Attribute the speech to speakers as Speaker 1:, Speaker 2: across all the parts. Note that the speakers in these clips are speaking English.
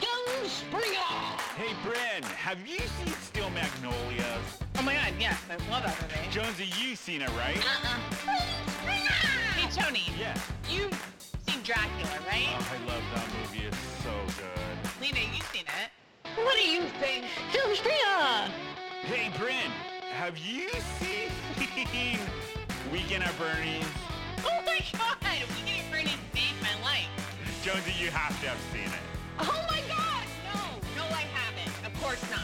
Speaker 1: Bryn Springer!
Speaker 2: Hey, Bryn, have you seen Steel Magnolias?
Speaker 3: Oh my god, yes, I love that movie.
Speaker 2: Jonesy, you've seen it, right?
Speaker 3: Hey Tony,
Speaker 2: Yeah.
Speaker 3: you've seen Dracula,
Speaker 2: Oh,
Speaker 3: right?
Speaker 2: I love that movie. It's so good.
Speaker 3: Lena, you've seen it.
Speaker 1: What do you think?
Speaker 4: Film Springer!
Speaker 2: Hey, Bryn, have you seen Weekend at Bernie's?
Speaker 3: Oh my god, we getting ready to save my life.
Speaker 2: Jonesy, you have to have seen it.
Speaker 3: Oh my god, no, no, I haven't. Of course not.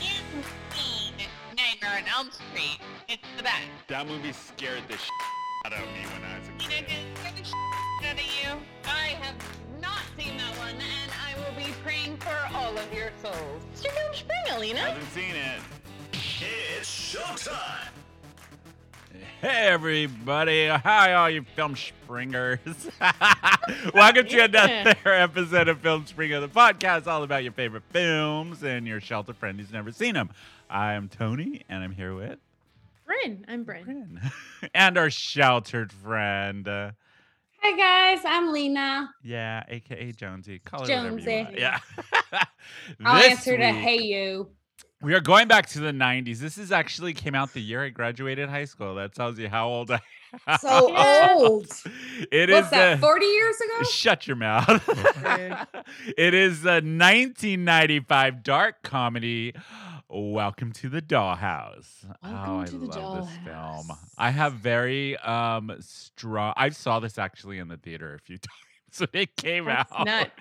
Speaker 3: You've seen Nightmare on Elm Street. It's the best.
Speaker 2: That movie scared the sh- out of me when I was a
Speaker 3: Lena,
Speaker 2: kid.
Speaker 3: did it scare the shit out of you?
Speaker 1: I have not seen that one, and I will be praying for all of your souls.
Speaker 4: It's your Film Springer, Lena.
Speaker 2: Haven't seen it.
Speaker 5: It's showtime.
Speaker 2: Hey everybody! Hi, all you film springers. Welcome to another episode of Film Springer, the podcast all about your favorite films and your shelter friend who's never seen them. I am Tony, and I'm here with
Speaker 6: Bryn, I'm Bryn.
Speaker 2: Bryn and our sheltered friend, uh,
Speaker 6: Hi guys, I'm Lena.
Speaker 2: yeah, aka Jonesy. Call her whatever you
Speaker 6: Jonesy.
Speaker 2: want. Yeah.
Speaker 6: I'll
Speaker 2: This
Speaker 6: answer to
Speaker 2: week-
Speaker 6: Hey You.
Speaker 2: We are going back to the 90s. This is actually came out the year I graduated high school. That tells you how old I am.
Speaker 6: So old.
Speaker 2: It is
Speaker 6: What's that?
Speaker 2: the-
Speaker 6: Forty years ago?
Speaker 2: Shut your mouth. it is the 1995 dark comedy Welcome to the Dollhouse.
Speaker 6: Welcome
Speaker 2: oh, I
Speaker 6: to the
Speaker 2: love this film.
Speaker 6: Dollhouse.
Speaker 2: I have very um strong I saw this actually in the theater a few times when it came
Speaker 6: That's
Speaker 2: out.
Speaker 6: nuts.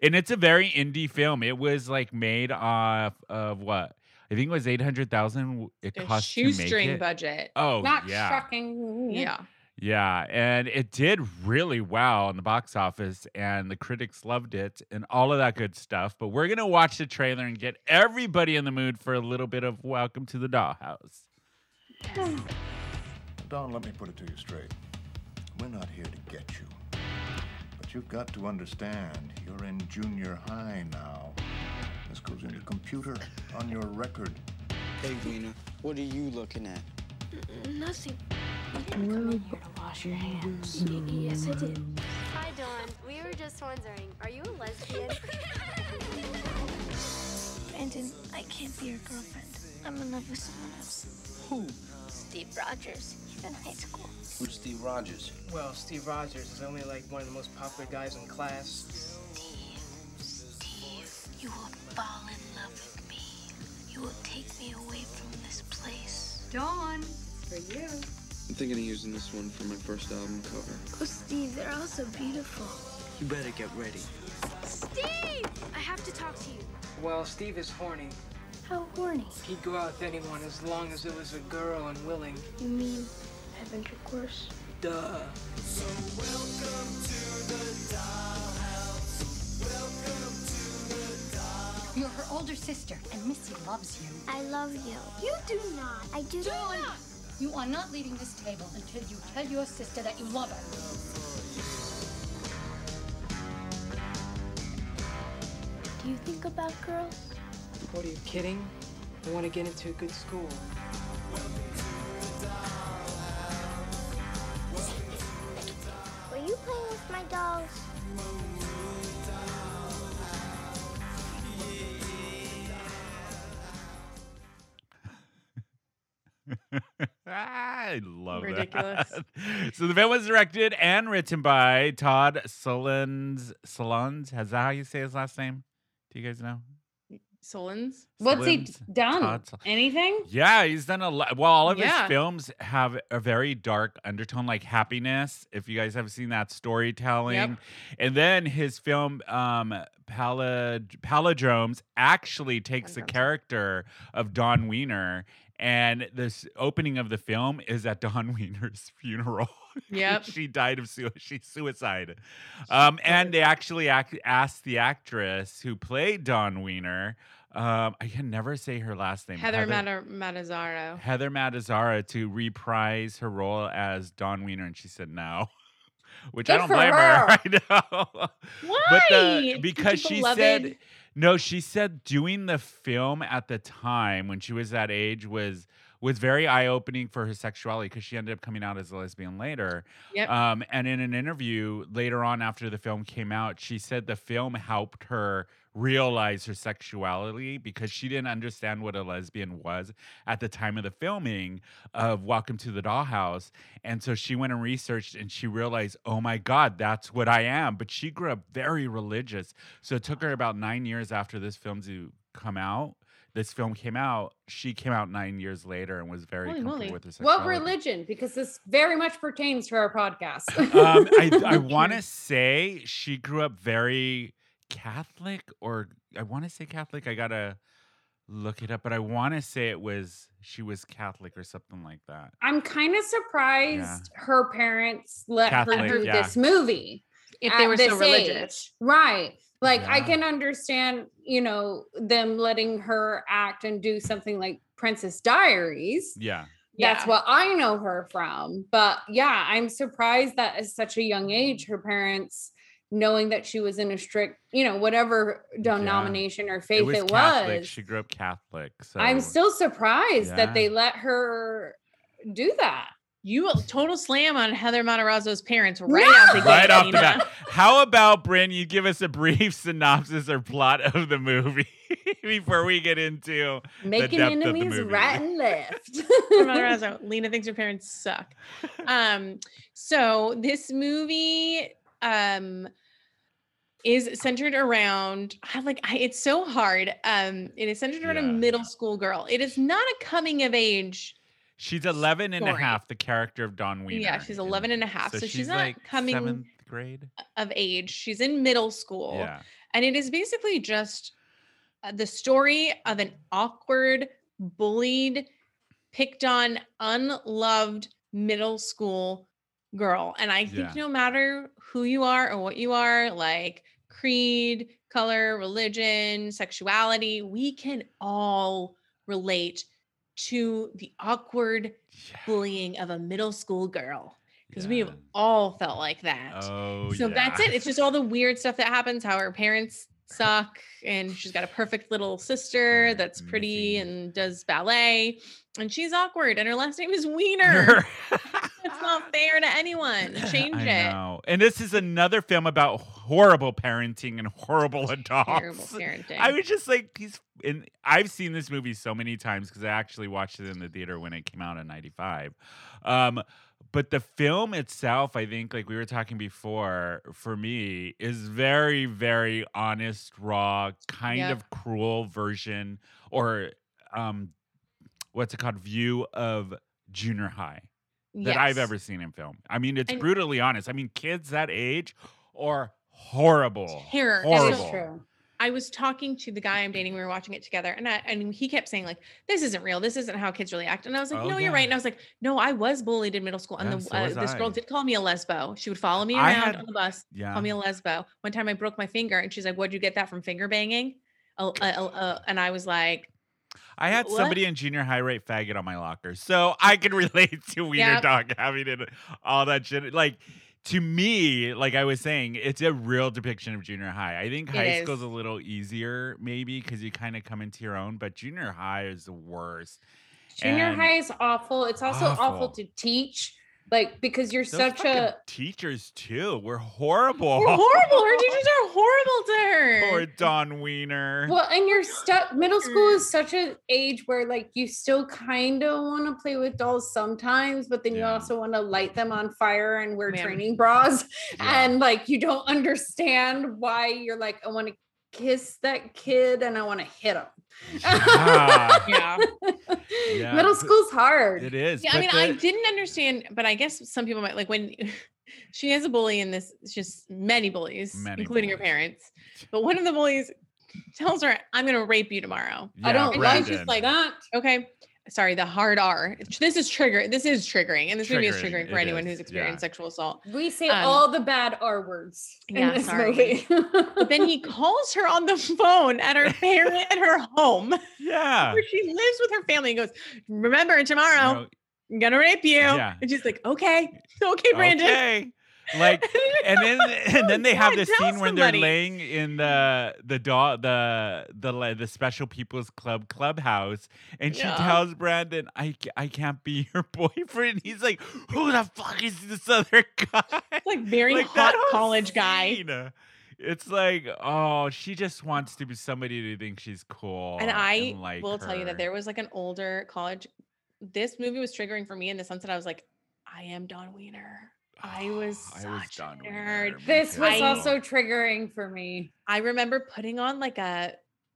Speaker 2: And it's a very indie film. It was like made off of what? I think it was 800,000 it
Speaker 6: A
Speaker 2: cost to make
Speaker 6: shoestring
Speaker 2: it.
Speaker 6: budget.
Speaker 2: Oh,
Speaker 6: Not
Speaker 2: yeah.
Speaker 6: shocking. Yeah.
Speaker 2: Yeah, and it did really well in the box office, and the critics loved it and all of that good stuff. But we're gonna watch the trailer and get everybody in the mood for a little bit of Welcome to the Dollhouse.
Speaker 7: Don, let me put it to you straight. We're not here to get you. But you've got to understand, you're in junior high now. This goes in your computer, on your record.
Speaker 8: Hey, Lena, what are you looking at?
Speaker 4: Nothing.
Speaker 9: Yes, I did. Hi, Dawn. We were just wondering, are you a lesbian?
Speaker 4: Brandon, I can't be your girlfriend. I'm in love with someone else.
Speaker 8: Who?
Speaker 4: Steve Rogers. He's in high school.
Speaker 8: Who's Steve Rogers?
Speaker 10: Well, Steve Rogers is only like one of the most popular guys in class.
Speaker 4: Steve, Steve, you will fall in love with me. You will take me away from this place.
Speaker 9: Dawn, for you.
Speaker 8: I'm thinking of using this one for my first album cover.
Speaker 4: Oh, Steve, they're all so beautiful.
Speaker 8: You better get ready.
Speaker 9: Steve! I have to talk to you.
Speaker 10: Well, Steve is horny.
Speaker 4: How horny.
Speaker 10: He'd go out with anyone as long as it was a girl and willing.
Speaker 4: You mean have intercourse?
Speaker 10: Duh.
Speaker 9: You're her older sister, and Missy loves you.
Speaker 4: I love you.
Speaker 9: You do not.
Speaker 4: I do.
Speaker 9: not. You are not leaving this table until you tell your sister that you love her.
Speaker 4: Do you think about girls?
Speaker 10: What are you kidding? I want to get into a good school.
Speaker 4: Were you playing with my dolls?
Speaker 2: I love that.
Speaker 6: Ridiculous.
Speaker 2: so the film was directed and written by Todd Solondz. Solondz, is that how you say his last name? Do you guys know?
Speaker 6: Solon's.
Speaker 2: What's
Speaker 6: What's
Speaker 2: he
Speaker 6: he
Speaker 2: Slim's
Speaker 6: done?
Speaker 2: tots.
Speaker 6: Anything?
Speaker 2: Yeah, he's done a lot. Well, all of his
Speaker 6: Yeah.
Speaker 2: films have a very dark undertone, like Happiness. If you guys have seen that storytelling, and then his film um, Palad- Paladromes actually takes the
Speaker 6: Palindromes.
Speaker 2: character of Don Wiener, and this opening of the film is at Don Wiener's funeral.
Speaker 6: Yep.
Speaker 2: she died of sui- she suicide. Um, and they actually ac- asked the actress who played Don Wiener. Um, I can never say her last name.
Speaker 6: Heather Mata- Matazzaro.
Speaker 2: Heather Matazzara to reprise her role as Don Wiener, and she said no, which I
Speaker 6: Good
Speaker 2: don't
Speaker 6: for
Speaker 2: blame her.
Speaker 6: her.
Speaker 2: I know.
Speaker 6: Why?
Speaker 2: But the,
Speaker 6: Such a
Speaker 2: because she said
Speaker 6: beloved-
Speaker 2: no, she said doing the film at the time when she was that age was was very eye opening for her sexuality because she ended up coming out as a lesbian later.
Speaker 6: Yep.
Speaker 2: Um, and in an interview later on after the film came out, she said the film helped her realize her sexuality because she didn't understand what a lesbian was at the time of the filming of Welcome to the Dollhouse. And so she went and researched and she realized, oh my God, that's what I am. But she grew up very religious. So it took her about nine years after this film to come out. This film came out. She came out nine years later and was very
Speaker 11: Holy
Speaker 2: comfortable
Speaker 11: moly.
Speaker 2: with her sexuality.
Speaker 11: What religion? Because this very much pertains to our podcast.
Speaker 2: um, I, I want to say she grew up very Catholic, or I want to say Catholic. I gotta look it up, but I want to say it was she was Catholic or something like that.
Speaker 11: I'm kind of surprised her parents let her
Speaker 2: Catholic,
Speaker 11: do
Speaker 2: yeah.
Speaker 11: this movie.
Speaker 6: If they
Speaker 11: at
Speaker 6: were so
Speaker 11: this
Speaker 6: religious.
Speaker 11: age. Right. Like I
Speaker 2: Yeah.
Speaker 11: can understand, you know, them letting her act and do something like Princess Diaries.
Speaker 2: Yeah,
Speaker 11: That's
Speaker 6: Yeah.
Speaker 11: what I know her from. But yeah, I'm surprised that at such a young age, her parents, knowing that she was in a strict, you know, whatever denomination or faith
Speaker 2: it was Catholic.
Speaker 11: was
Speaker 2: She grew up Catholic, so
Speaker 11: I'm still surprised
Speaker 2: Yeah.
Speaker 11: that they let her do that.
Speaker 6: You a total slam on Heather Matarazzo's parents right
Speaker 11: No!
Speaker 6: out the gate.
Speaker 2: right off the
Speaker 6: Nina.
Speaker 2: bat. How about Bryn? You give us a brief synopsis or plot of the movie before we get into
Speaker 11: Making
Speaker 2: depth of the
Speaker 11: enemies
Speaker 2: movie.
Speaker 11: right and left.
Speaker 6: Heather Matarazzo, Lena thinks her parents suck. Um, so this movie um is centered around I like I, it's so hard. Um, it is centered around
Speaker 2: Yeah.
Speaker 6: a middle school girl. It is not a coming of age.
Speaker 2: she's 11 and a
Speaker 6: Story.
Speaker 2: half, the character of Don Wiener.
Speaker 6: Yeah, she's
Speaker 2: in
Speaker 6: 11 and a
Speaker 2: this.
Speaker 6: half, so she's
Speaker 2: she's
Speaker 6: not
Speaker 2: like
Speaker 6: coming-
Speaker 2: seventh grade.
Speaker 6: of age. She's in middle school.
Speaker 2: Yeah.
Speaker 6: And it is basically just uh, the story of an awkward, bullied, picked on, unloved middle school girl. And I think
Speaker 2: Yeah.
Speaker 6: no matter who you are or what you are, like creed, color, religion, sexuality, we can all relate to the awkward bullying of a middle school girl because we have
Speaker 2: Yeah.
Speaker 6: all felt like that
Speaker 2: Oh,
Speaker 6: so
Speaker 2: yeah.
Speaker 6: that's it. It's just all the weird stuff that happens, how her parents suck, and she's got a perfect little sister that's
Speaker 2: mm,
Speaker 6: pretty
Speaker 2: Missing.
Speaker 6: and does ballet, and she's awkward, and her last name is Wiener. That's not fair to anyone. Change
Speaker 2: I
Speaker 6: it.
Speaker 2: know. And this is another film about horrible parenting and horrible
Speaker 6: Terrible
Speaker 2: adults.
Speaker 6: parenting.
Speaker 2: I was just like, he's and I've seen this movie so many times because I actually watched it in the theater when it came out in '95. Um, but the film itself, I think, like we were talking before, for me, is very, very honest, raw, kind
Speaker 6: Yep.
Speaker 2: of cruel version or um, what's it called? View of junior high that I've
Speaker 6: Yes.
Speaker 2: ever seen in film. I mean, it's
Speaker 6: And-
Speaker 2: brutally honest. I mean, kids that age are horrible.
Speaker 6: Terror.
Speaker 11: That
Speaker 2: Horrible.
Speaker 11: is true.
Speaker 6: I was talking to the guy I'm dating. We were watching it together, and I, and he kept saying like, "This isn't real. This isn't how kids really act." And I was like,
Speaker 2: Oh,
Speaker 6: "No,
Speaker 2: yeah.
Speaker 6: you're right." And I was like, "No, I was bullied in middle school, and
Speaker 2: Yeah,
Speaker 6: the,
Speaker 2: so
Speaker 6: uh,
Speaker 2: was
Speaker 6: this girl
Speaker 2: I.
Speaker 6: did call me a lesbo. She would follow me
Speaker 2: I
Speaker 6: around
Speaker 2: had-
Speaker 6: on the bus,
Speaker 2: Yeah.
Speaker 6: call me a lesbo. One time I broke my finger, and she's like, "Where'd you get that from? Finger banging?" Uh, uh, uh, uh, and I was like,
Speaker 2: I had
Speaker 6: What?
Speaker 2: somebody in junior high rate faggot on my locker, so I can relate to Wiener
Speaker 6: Yep.
Speaker 2: Dog having it, all that shit. Like to me, like I was saying, it's a real depiction of junior high. I think
Speaker 6: It
Speaker 2: high school's
Speaker 6: is.
Speaker 2: a little easier, maybe because you kind of come into your own. But junior high is the worst.
Speaker 11: Junior
Speaker 2: And
Speaker 11: high is awful. It's also awful,
Speaker 2: awful.
Speaker 11: to teach, like because you're
Speaker 2: those
Speaker 11: such
Speaker 2: fucking
Speaker 11: a
Speaker 2: teachers too. We're horrible.
Speaker 6: "You're horrible. Her teachers are horrible to her."
Speaker 2: Poor Don Wiener.
Speaker 11: well, and you're stuck. Middle school
Speaker 2: Mm.
Speaker 11: is such an age where like you still kind of want to play with dolls sometimes, but then you
Speaker 2: Yeah.
Speaker 11: also want to light them on fire and wear
Speaker 6: Man.
Speaker 11: training bras,
Speaker 2: Yeah.
Speaker 11: and like you don't understand why you're like I want to kiss that kid and I want to hit him.
Speaker 2: Yeah.
Speaker 6: yeah.
Speaker 2: Yeah,
Speaker 11: Middle
Speaker 2: but-
Speaker 11: school's hard.
Speaker 2: It is.
Speaker 6: Yeah, I
Speaker 2: but
Speaker 6: mean, I
Speaker 2: the-
Speaker 6: didn't understand, but I guess some people might like when she has a bully in this, it's just many bullies,
Speaker 2: Many
Speaker 6: including her
Speaker 2: bullies.
Speaker 6: parents. But one of the bullies tells her, I'm going to rape you tomorrow.
Speaker 11: I
Speaker 2: Yeah,
Speaker 11: don't like
Speaker 2: Brandon.
Speaker 11: just like that.
Speaker 6: Okay. Sorry, the hard R. This is trigger. This is triggering. And this movie is
Speaker 2: Triggering,
Speaker 6: triggering for
Speaker 2: it
Speaker 6: anyone
Speaker 2: is,
Speaker 6: who's
Speaker 2: yeah.
Speaker 6: experienced sexual assault.
Speaker 11: We say
Speaker 6: Um,
Speaker 11: all the bad R words in
Speaker 6: yeah,
Speaker 11: this
Speaker 6: sorry.
Speaker 11: movie.
Speaker 6: But then he calls her on the phone at her parent at her home
Speaker 2: Uh. Yeah.
Speaker 6: where she lives with her family and goes, Remember tomorrow,
Speaker 2: No,
Speaker 6: I'm gonna rape you.
Speaker 2: Yeah.
Speaker 6: And she's like, Okay, okay, Brandon.
Speaker 2: Okay. Like, and then and then they have
Speaker 6: God,
Speaker 2: this
Speaker 6: tell
Speaker 2: scene when they're
Speaker 6: somebody.
Speaker 2: laying in the the dog the the li- the special people's club clubhouse, and she
Speaker 6: Yeah.
Speaker 2: tells Brandon, "I ca- I can't be your boyfriend." He's like, "Who the fuck is this other guy?"
Speaker 6: Like very
Speaker 2: Like that
Speaker 6: hot college guy.
Speaker 2: Nina. It's like, oh, she just wants to be somebody to think she's cool.
Speaker 6: and I
Speaker 2: Oh, like
Speaker 6: will tell you
Speaker 2: her.
Speaker 6: that there was like an older college. This movie was triggering for me in the sense that I was like, I am Don Wiener. I was
Speaker 2: Oh, I was done. with her.
Speaker 6: scared.
Speaker 11: This
Speaker 6: I-
Speaker 11: was also triggering for me.
Speaker 6: I remember putting on like a,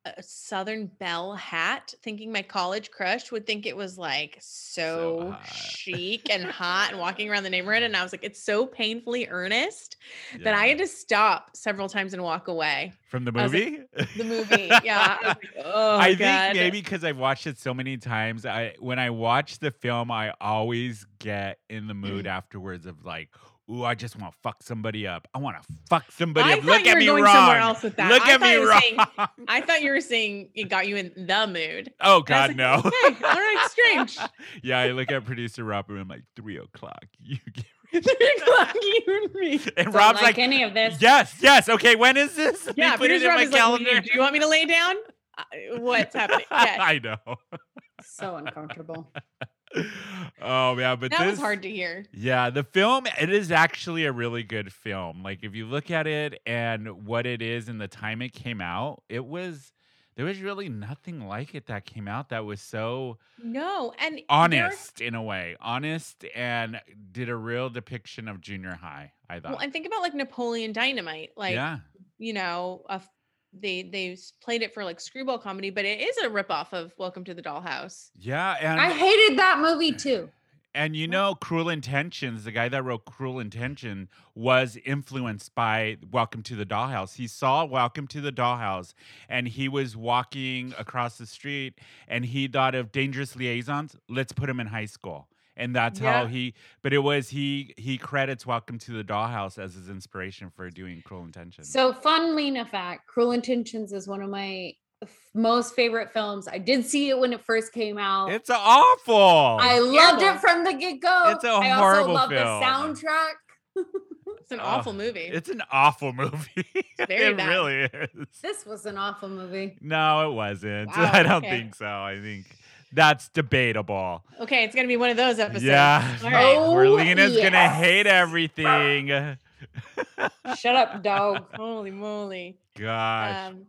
Speaker 6: a Southern Belle hat, thinking my college crush would think it was like so,
Speaker 2: hot.
Speaker 6: chic and hot and walking around the neighborhood. And I was like, it's so painfully earnest that I
Speaker 2: Yeah.
Speaker 6: had to stop several times and walk away.
Speaker 2: from the
Speaker 6: I was like,
Speaker 2: movie.
Speaker 6: The movie. Yeah. I was like, oh,
Speaker 2: I
Speaker 6: God.
Speaker 2: think maybe because I've watched it so many times, I when I watch the film, I always get in the mood
Speaker 6: Mm.
Speaker 2: afterwards of like, "Ooh, I just want to fuck somebody up. I want to fuck somebody
Speaker 6: I
Speaker 2: up.
Speaker 6: thought
Speaker 2: Look
Speaker 6: you
Speaker 2: at
Speaker 6: were
Speaker 2: me
Speaker 6: going
Speaker 2: wrong.
Speaker 6: somewhere else with that.
Speaker 2: Look
Speaker 6: I
Speaker 2: at
Speaker 6: thought
Speaker 2: me
Speaker 6: you were saying-
Speaker 2: wrong.
Speaker 6: I thought you were saying it got you in the mood.
Speaker 2: oh
Speaker 6: And I
Speaker 2: God,
Speaker 6: was
Speaker 2: no.
Speaker 6: like, Okay, all right, strange.
Speaker 2: yeah, I look at producer Rob and I'm like, three o'clock. You get
Speaker 6: Like you and me.
Speaker 2: and
Speaker 11: Don't
Speaker 2: Rob's
Speaker 11: like
Speaker 2: like,
Speaker 11: any of this.
Speaker 2: yes, yes. Okay, when is this? Let me
Speaker 6: Yeah,
Speaker 2: put it
Speaker 6: producer
Speaker 2: in
Speaker 6: Rob
Speaker 2: my
Speaker 6: is like, "What do you-
Speaker 2: calendar.
Speaker 6: do you want me to lay down? Uh, What's happening? Yes.
Speaker 2: I know.
Speaker 11: So uncomfortable.
Speaker 2: Oh yeah, but
Speaker 6: that
Speaker 2: this,
Speaker 6: was hard to hear.
Speaker 2: Yeah, the film it is actually a really good film. Like if you look at it and what it is and the time it came out, it was there was really nothing like it that came out that was so
Speaker 6: No, and there-
Speaker 2: honest in a way, honest and did a real depiction of junior high. I thought,
Speaker 6: well, and think about like Napoleon Dynamite. Like
Speaker 2: yeah,
Speaker 6: you know, a, f- they they s- played it for like screwball comedy, but it is a ripoff of Welcome to the Dollhouse.
Speaker 2: yeah, and
Speaker 11: I hated that movie too.
Speaker 2: and you know, Cruel Intentions. The guy that wrote Cruel Intention was influenced by Welcome to the Dollhouse. He saw Welcome to the Dollhouse, and he was walking across the street, and he thought of Dangerous Liaisons. Let's put him in high school. And that's how
Speaker 11: Yeah.
Speaker 2: he, but it was he, he credits Welcome to the Dollhouse as his inspiration for doing Cruel Intentions.
Speaker 11: So, fun Lena fact Cruel Intentions is one of my f- most favorite films. I did see it when it first came out.
Speaker 2: It's awful.
Speaker 11: I loved
Speaker 6: terrible.
Speaker 11: it from the get go.
Speaker 2: It's a
Speaker 11: I also
Speaker 2: horrible
Speaker 11: love the
Speaker 2: film.
Speaker 11: soundtrack.
Speaker 6: It's an
Speaker 2: Oh,
Speaker 6: awful movie.
Speaker 2: It's an awful movie.
Speaker 6: very
Speaker 2: it
Speaker 6: bad.
Speaker 2: really is.
Speaker 11: This was an awful movie.
Speaker 2: No, it wasn't.
Speaker 6: Wow,
Speaker 2: I don't
Speaker 6: okay.
Speaker 2: think so. I think that's debatable.
Speaker 6: okay, it's gonna be one of those episodes.
Speaker 2: Yeah.
Speaker 6: All right.
Speaker 11: Oh,
Speaker 2: Merlina's gonna
Speaker 11: yes.
Speaker 2: hate everything.
Speaker 11: Shut up, dog.
Speaker 6: Holy moly.
Speaker 2: Gosh.
Speaker 6: Um,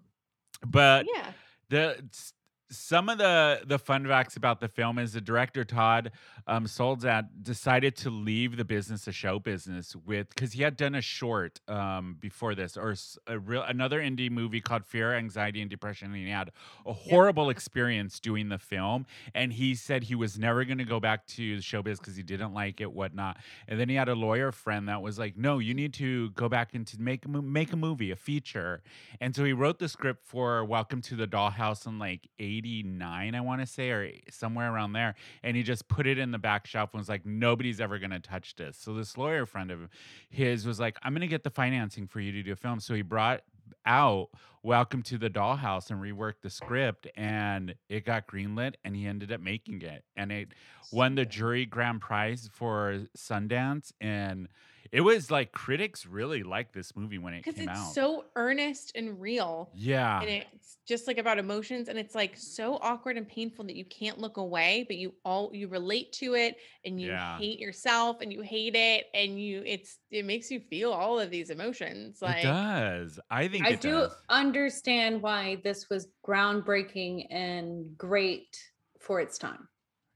Speaker 2: but
Speaker 6: yeah.
Speaker 2: the s- some of the the fun facts about the film is the director Todd um, Solzat decided to leave the business of show business with because he had done a short um, before this or s- a real another indie movie called Fear, Anxiety, and Depression, and he had a horrible experience doing the film, and he said he was never going to go back to the showbiz because he didn't like it, whatnot. And then he had a lawyer friend that was like, "No, you need to go back and to make a mo- make a movie, a feature." And so he wrote the script for Welcome to the Dollhouse in like '89, I want to say, or somewhere around there. And he just put it in the back shelf and was like, "Nobody's ever going to touch this." So this lawyer friend of his was like, "I'm going to get the financing for you to do a film." So he brought out Welcome to the Dollhouse and reworked the script, and it got greenlit, and he ended up making it, and it won the jury grand prize for Sundance, and it was like critics really liked this movie when it
Speaker 6: Because
Speaker 2: came
Speaker 6: it's
Speaker 2: out.
Speaker 6: so earnest and real.
Speaker 2: yeah,
Speaker 6: and it's just like about emotions and it's like so awkward and painful that you can't look away but you all you relate to it and you
Speaker 2: Yeah.
Speaker 6: hate yourself and you hate it and you it's it makes you feel all of these emotions
Speaker 2: it
Speaker 6: like
Speaker 2: does. I think
Speaker 11: I
Speaker 2: it
Speaker 11: do
Speaker 2: does.
Speaker 11: understand why this was groundbreaking and great for its time.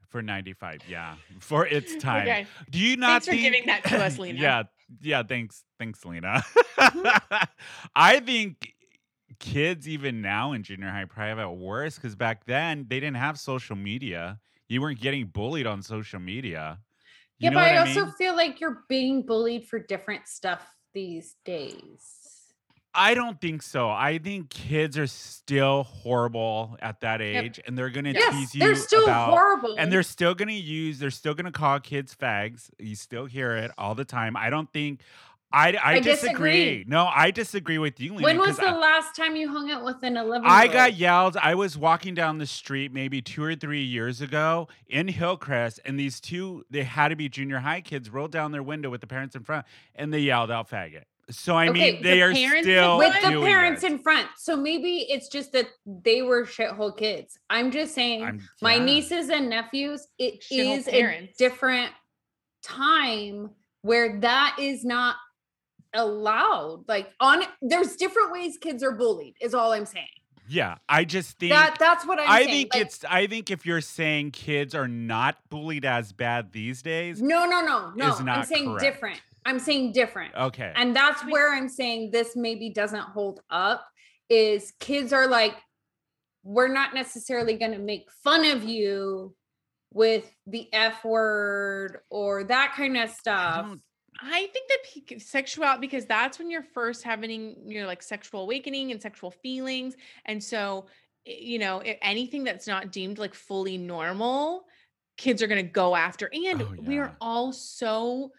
Speaker 2: for 95 yeah for its time
Speaker 6: Okay.
Speaker 2: do you not
Speaker 6: Thanks for giving
Speaker 2: think-
Speaker 6: that to us, Lena.
Speaker 2: yeah yeah thanks thanks lena i think kids even now in junior high probably have it worse because back then they didn't have social media you weren't getting bullied on social media you
Speaker 11: yeah,
Speaker 2: know
Speaker 11: but I
Speaker 2: what
Speaker 11: also
Speaker 2: mean?
Speaker 11: feel like you're being bullied for different stuff these days.
Speaker 2: I don't think so. I think kids are still horrible at that age, and they're gonna
Speaker 11: Yes,
Speaker 2: tease you.
Speaker 11: they're still
Speaker 2: about-
Speaker 11: horrible.
Speaker 2: and they're still gonna use. They're still gonna call kids fags. You still hear it all the time. I don't think. I, I,
Speaker 11: I
Speaker 2: disagree.
Speaker 11: disagree.
Speaker 2: No, I disagree with you. Lena,
Speaker 11: When
Speaker 2: 'cause
Speaker 11: was the
Speaker 2: I-
Speaker 11: last time you hung out with an 11
Speaker 2: I got yelled. I was walking down the street maybe two or three years ago in Hillcrest, and these two, they had to be junior high kids, rolled down their window with the parents in front, and they yelled out faggot. So I mean, they are still
Speaker 11: with the
Speaker 2: doing
Speaker 11: parents
Speaker 2: it.
Speaker 11: in front. So maybe it's just that they were shithole kids. I'm just saying,
Speaker 2: I'm-
Speaker 11: my
Speaker 2: yeah.
Speaker 11: nieces and nephews. It is
Speaker 6: Shithole
Speaker 11: a
Speaker 6: parents.
Speaker 11: different time where that is not allowed. Like on, there's different ways kids are bullied. Is all I'm saying.
Speaker 2: Yeah, I just think
Speaker 11: That that's what I'm
Speaker 2: I
Speaker 11: saying.
Speaker 2: think
Speaker 11: Like,
Speaker 2: it's. I think if you're saying kids are not bullied as bad these days,
Speaker 11: no, no, no, no.
Speaker 2: is
Speaker 11: I'm
Speaker 2: not
Speaker 11: saying
Speaker 2: correct.
Speaker 11: different. I'm saying different.
Speaker 2: Okay.
Speaker 11: And that's where I'm saying this maybe doesn't hold up is kids are like, we're not necessarily going to make fun of you with the F word or that kind of stuff.
Speaker 6: I think that peak sexual because that's when you're first having your like sexual awakening and sexual feelings, and so i- you know i- anything that's not deemed like fully normal, kids are gonna go after. And we are all so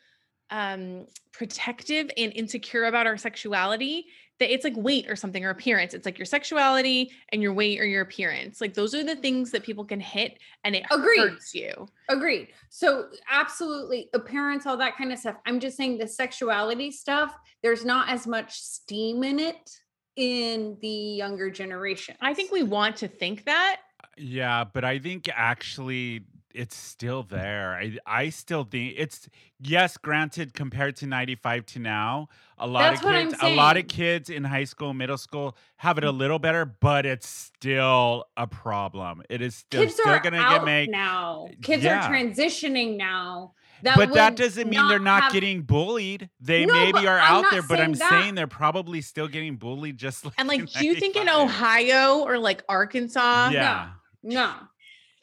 Speaker 6: um protective and insecure about our sexuality that it's like weight or something or appearance. It's like your sexuality and your weight or your appearance. Like those are the things that people can hit, and it
Speaker 11: Agreed.
Speaker 6: hurts you.
Speaker 11: Agreed. So absolutely appearance, all that kind of stuff. I'm just saying the sexuality stuff, there's not as much steam in it in the younger generation.
Speaker 6: I think we want to think that.
Speaker 2: Yeah, but I think actually it's still there. I I still think it's yes, granted compared to 95 to now, a lot
Speaker 11: That's
Speaker 2: of
Speaker 11: what I'm
Speaker 2: kids a lot of
Speaker 11: saying. Mm.
Speaker 2: kids in high school, middle school have it a little better, but it's still a problem. It is still
Speaker 11: kids
Speaker 2: still
Speaker 11: are
Speaker 2: going to
Speaker 11: out
Speaker 2: get made.
Speaker 11: now. Kids
Speaker 2: Yeah.
Speaker 11: are transitioning now.
Speaker 2: but that
Speaker 11: would
Speaker 2: doesn't mean they're not
Speaker 11: have-
Speaker 2: getting bullied. They
Speaker 11: No,
Speaker 2: maybe
Speaker 11: but
Speaker 2: are
Speaker 11: I'm
Speaker 2: out
Speaker 11: not
Speaker 2: there, but
Speaker 11: saying
Speaker 2: I'm
Speaker 11: that.
Speaker 2: saying they're probably still getting bullied just like
Speaker 6: And like, do you think in Ohio or like Arkansas,
Speaker 2: Yeah.
Speaker 11: No,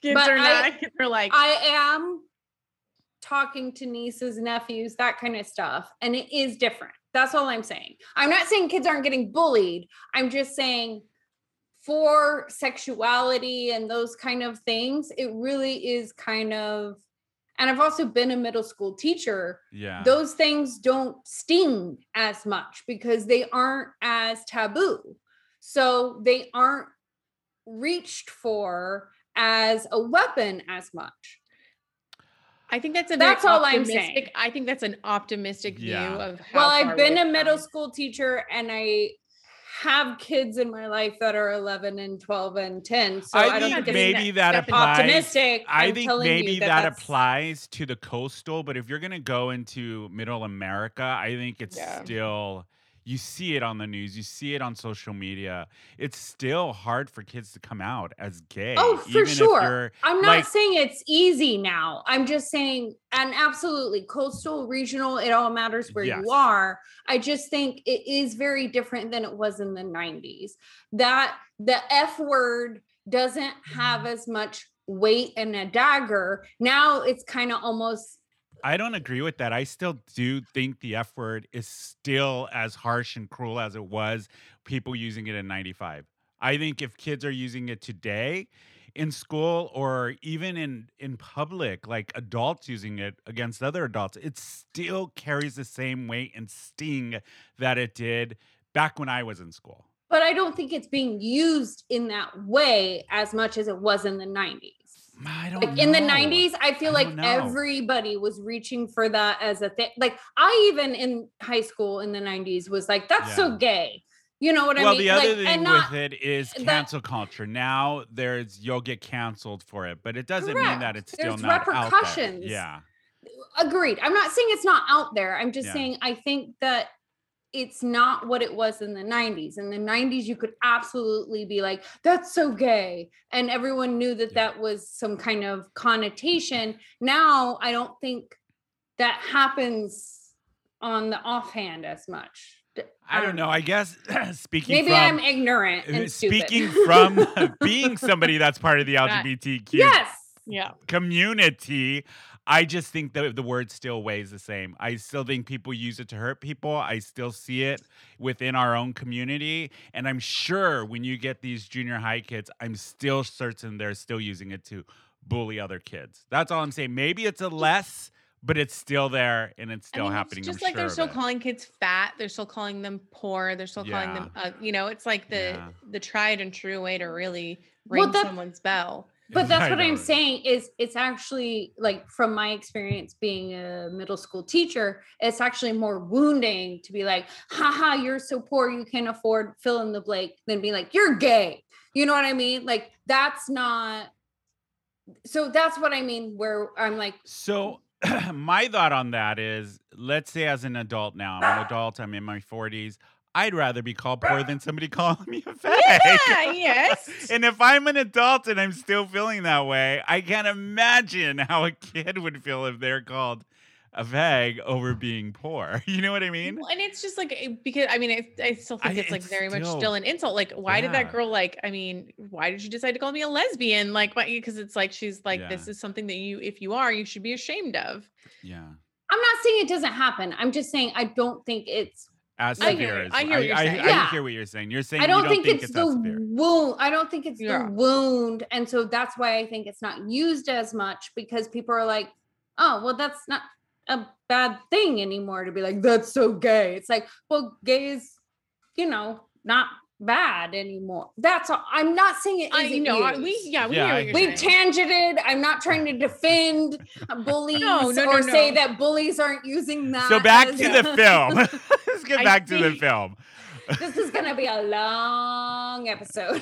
Speaker 6: kids
Speaker 11: But
Speaker 6: are
Speaker 11: I-
Speaker 6: not? They're like,
Speaker 11: I am talking to nieces, nephews, that kind of stuff, and it is different. That's all I'm saying. I'm not saying kids aren't getting bullied. I'm just saying for sexuality and those kind of things, it really is kind of. And I've also been a middle school teacher.
Speaker 2: Yeah.
Speaker 11: those things don't sting as much because they aren't as taboo. So they aren't reached for as a weapon as much.
Speaker 6: I think that's a very
Speaker 11: That's all I'm
Speaker 6: optimistic-
Speaker 11: saying.
Speaker 6: I think that's an optimistic view
Speaker 2: Yeah.
Speaker 6: of how.
Speaker 11: Well,
Speaker 6: far
Speaker 11: I've been
Speaker 6: we've
Speaker 11: a middle
Speaker 6: come.
Speaker 11: school teacher and I have kids in my life that are 11 and 12 and 10. So I,
Speaker 2: I
Speaker 11: don't
Speaker 2: think
Speaker 11: think it's
Speaker 2: maybe
Speaker 11: ne-
Speaker 2: that applies.
Speaker 11: optimistic.
Speaker 2: I
Speaker 11: I'm
Speaker 2: think
Speaker 11: telling you
Speaker 2: maybe
Speaker 11: that
Speaker 2: that,
Speaker 11: that's-
Speaker 2: applies to the coastal, but if you're gonna go into Middle America, I think it's
Speaker 11: Yeah.
Speaker 2: still you see it on the news, you see it on social media. It's still hard for kids to come out as gay.
Speaker 11: Oh, for
Speaker 2: even if
Speaker 11: sure.
Speaker 2: you're,
Speaker 11: I'm not
Speaker 2: like-
Speaker 11: saying it's easy now. I'm just saying, and absolutely, coastal, regional, it all matters where
Speaker 2: Yes.
Speaker 11: you are. I just think it is very different than it was in the 90s. That the F word doesn't have as much weight and a dagger. Now it's kind of almost
Speaker 2: I don't agree with that. I still do think the F word is still as harsh and cruel as it was people using it in 95. I think if kids are using it today in school or even in in public like adults using it against other adults, it still carries the same weight and sting that it did back when I was in school.
Speaker 11: but I don't think it's being used in that way as much as it was in the 90s.
Speaker 2: I don't
Speaker 11: like in the
Speaker 2: know.
Speaker 11: 90s, I feel
Speaker 2: I
Speaker 11: like
Speaker 2: don't know.
Speaker 11: everybody was reaching for that as a thing. Like I even in high school in the 90s was like, that's so gay. You know what
Speaker 2: well,
Speaker 11: I mean?
Speaker 2: the other
Speaker 11: like,
Speaker 2: thing
Speaker 11: and not
Speaker 2: with it is
Speaker 11: that-
Speaker 2: cancel culture. Now there's you'll get canceled for it, but it doesn't mean that
Speaker 11: Correct.
Speaker 2: it's still
Speaker 11: There's
Speaker 2: not out there.
Speaker 11: repercussions.
Speaker 2: Yeah,
Speaker 11: agreed. I'm not saying it's not out there. I'm just
Speaker 2: Yeah.
Speaker 11: saying I think that it's not what it was in the 90s. In the 90s, you could absolutely be like, that's so gay. And everyone knew that that was some kind of connotation. Now, I don't think that happens on the offhand as much. D-
Speaker 2: I don't know. I guess speaking
Speaker 11: Um,
Speaker 2: from
Speaker 11: Maybe
Speaker 2: uh,
Speaker 11: I'm ignorant and stupid.
Speaker 2: speaking from being somebody that's part of the
Speaker 11: Right.
Speaker 2: LGBTQ
Speaker 11: yes.
Speaker 6: Yeah.
Speaker 2: community. I just think that the word still weighs the same. I still think people use it to hurt people. I still see it within our own community. And I'm sure when you get these junior high kids, I'm still certain they're still using it to bully other kids. That's all I'm saying. Maybe it's a less, but it's still there and it's
Speaker 6: I
Speaker 2: still
Speaker 6: mean, it's
Speaker 2: happening. I'm
Speaker 6: Just like they're
Speaker 2: sure
Speaker 6: still
Speaker 2: of it.
Speaker 6: calling kids fat, they're still calling them poor, they're still calling them, uh, you know, it's like the
Speaker 2: Yeah.
Speaker 6: the tried and true way to really ring
Speaker 11: Well, that-
Speaker 6: someone's bell.
Speaker 11: But
Speaker 2: I
Speaker 11: that's what
Speaker 2: know.
Speaker 11: I'm saying is it's actually like from my experience being a middle school teacher, it's actually more wounding to be like, haha, you're so poor you can afford fill in the blank than be like, you're gay. You know what I mean? Like that's not so that's what I mean where I'm like,
Speaker 2: So my thought on that is, let's say as an adult now, I'm an adult, I'm in my 40s. I'd rather be called poor than somebody calling me a fag.
Speaker 6: Yeah, yes.
Speaker 2: and if I'm an adult and I'm still feeling that way, I can't imagine how a kid would feel if they're called a fag over being poor. You know what I mean?
Speaker 6: Well, and it's just like it- because I mean it, I still think
Speaker 2: I-
Speaker 6: it's like
Speaker 2: it's
Speaker 6: very much
Speaker 2: still-
Speaker 6: still an insult. Like why did
Speaker 2: Yeah.
Speaker 6: that girl like? I mean, why did she decide to call me a lesbian? Like why? Because it's like she's like
Speaker 2: Yeah.
Speaker 6: this is something that you if you are you should be ashamed of.
Speaker 2: Yeah.
Speaker 11: I'm not saying it doesn't happen. I'm just saying I don't think it's
Speaker 2: As
Speaker 6: I hear-
Speaker 2: severe as
Speaker 6: I hear what you're
Speaker 2: I,
Speaker 6: saying.
Speaker 2: I
Speaker 11: Yeah.
Speaker 2: hear what you're saying. You're saying
Speaker 11: I don't,
Speaker 2: you
Speaker 11: think, it's,
Speaker 2: as
Speaker 11: the
Speaker 2: severe.
Speaker 11: wound. I don't think it's
Speaker 6: Yeah.
Speaker 11: the wound. And so that's why I think it's not used as much because people are like, oh, well, that's not a bad thing anymore to be like, that's so gay. It's like, well, gay is, you know, not bad anymore. That's all. I'm not saying it.
Speaker 6: I
Speaker 11: isn't
Speaker 6: know I- we
Speaker 11: used.
Speaker 6: yeah we
Speaker 2: Yeah, I
Speaker 6: hear what
Speaker 11: We've
Speaker 6: you're saying.
Speaker 11: tangented. I'm not trying to defend bullies
Speaker 6: No, no, no,
Speaker 11: or say
Speaker 6: no.
Speaker 11: that bullies aren't using that.
Speaker 2: So back
Speaker 11: as-
Speaker 2: to the film. Let's get
Speaker 6: I
Speaker 2: back to the
Speaker 6: think-
Speaker 2: film.
Speaker 11: this is going to be a long episode.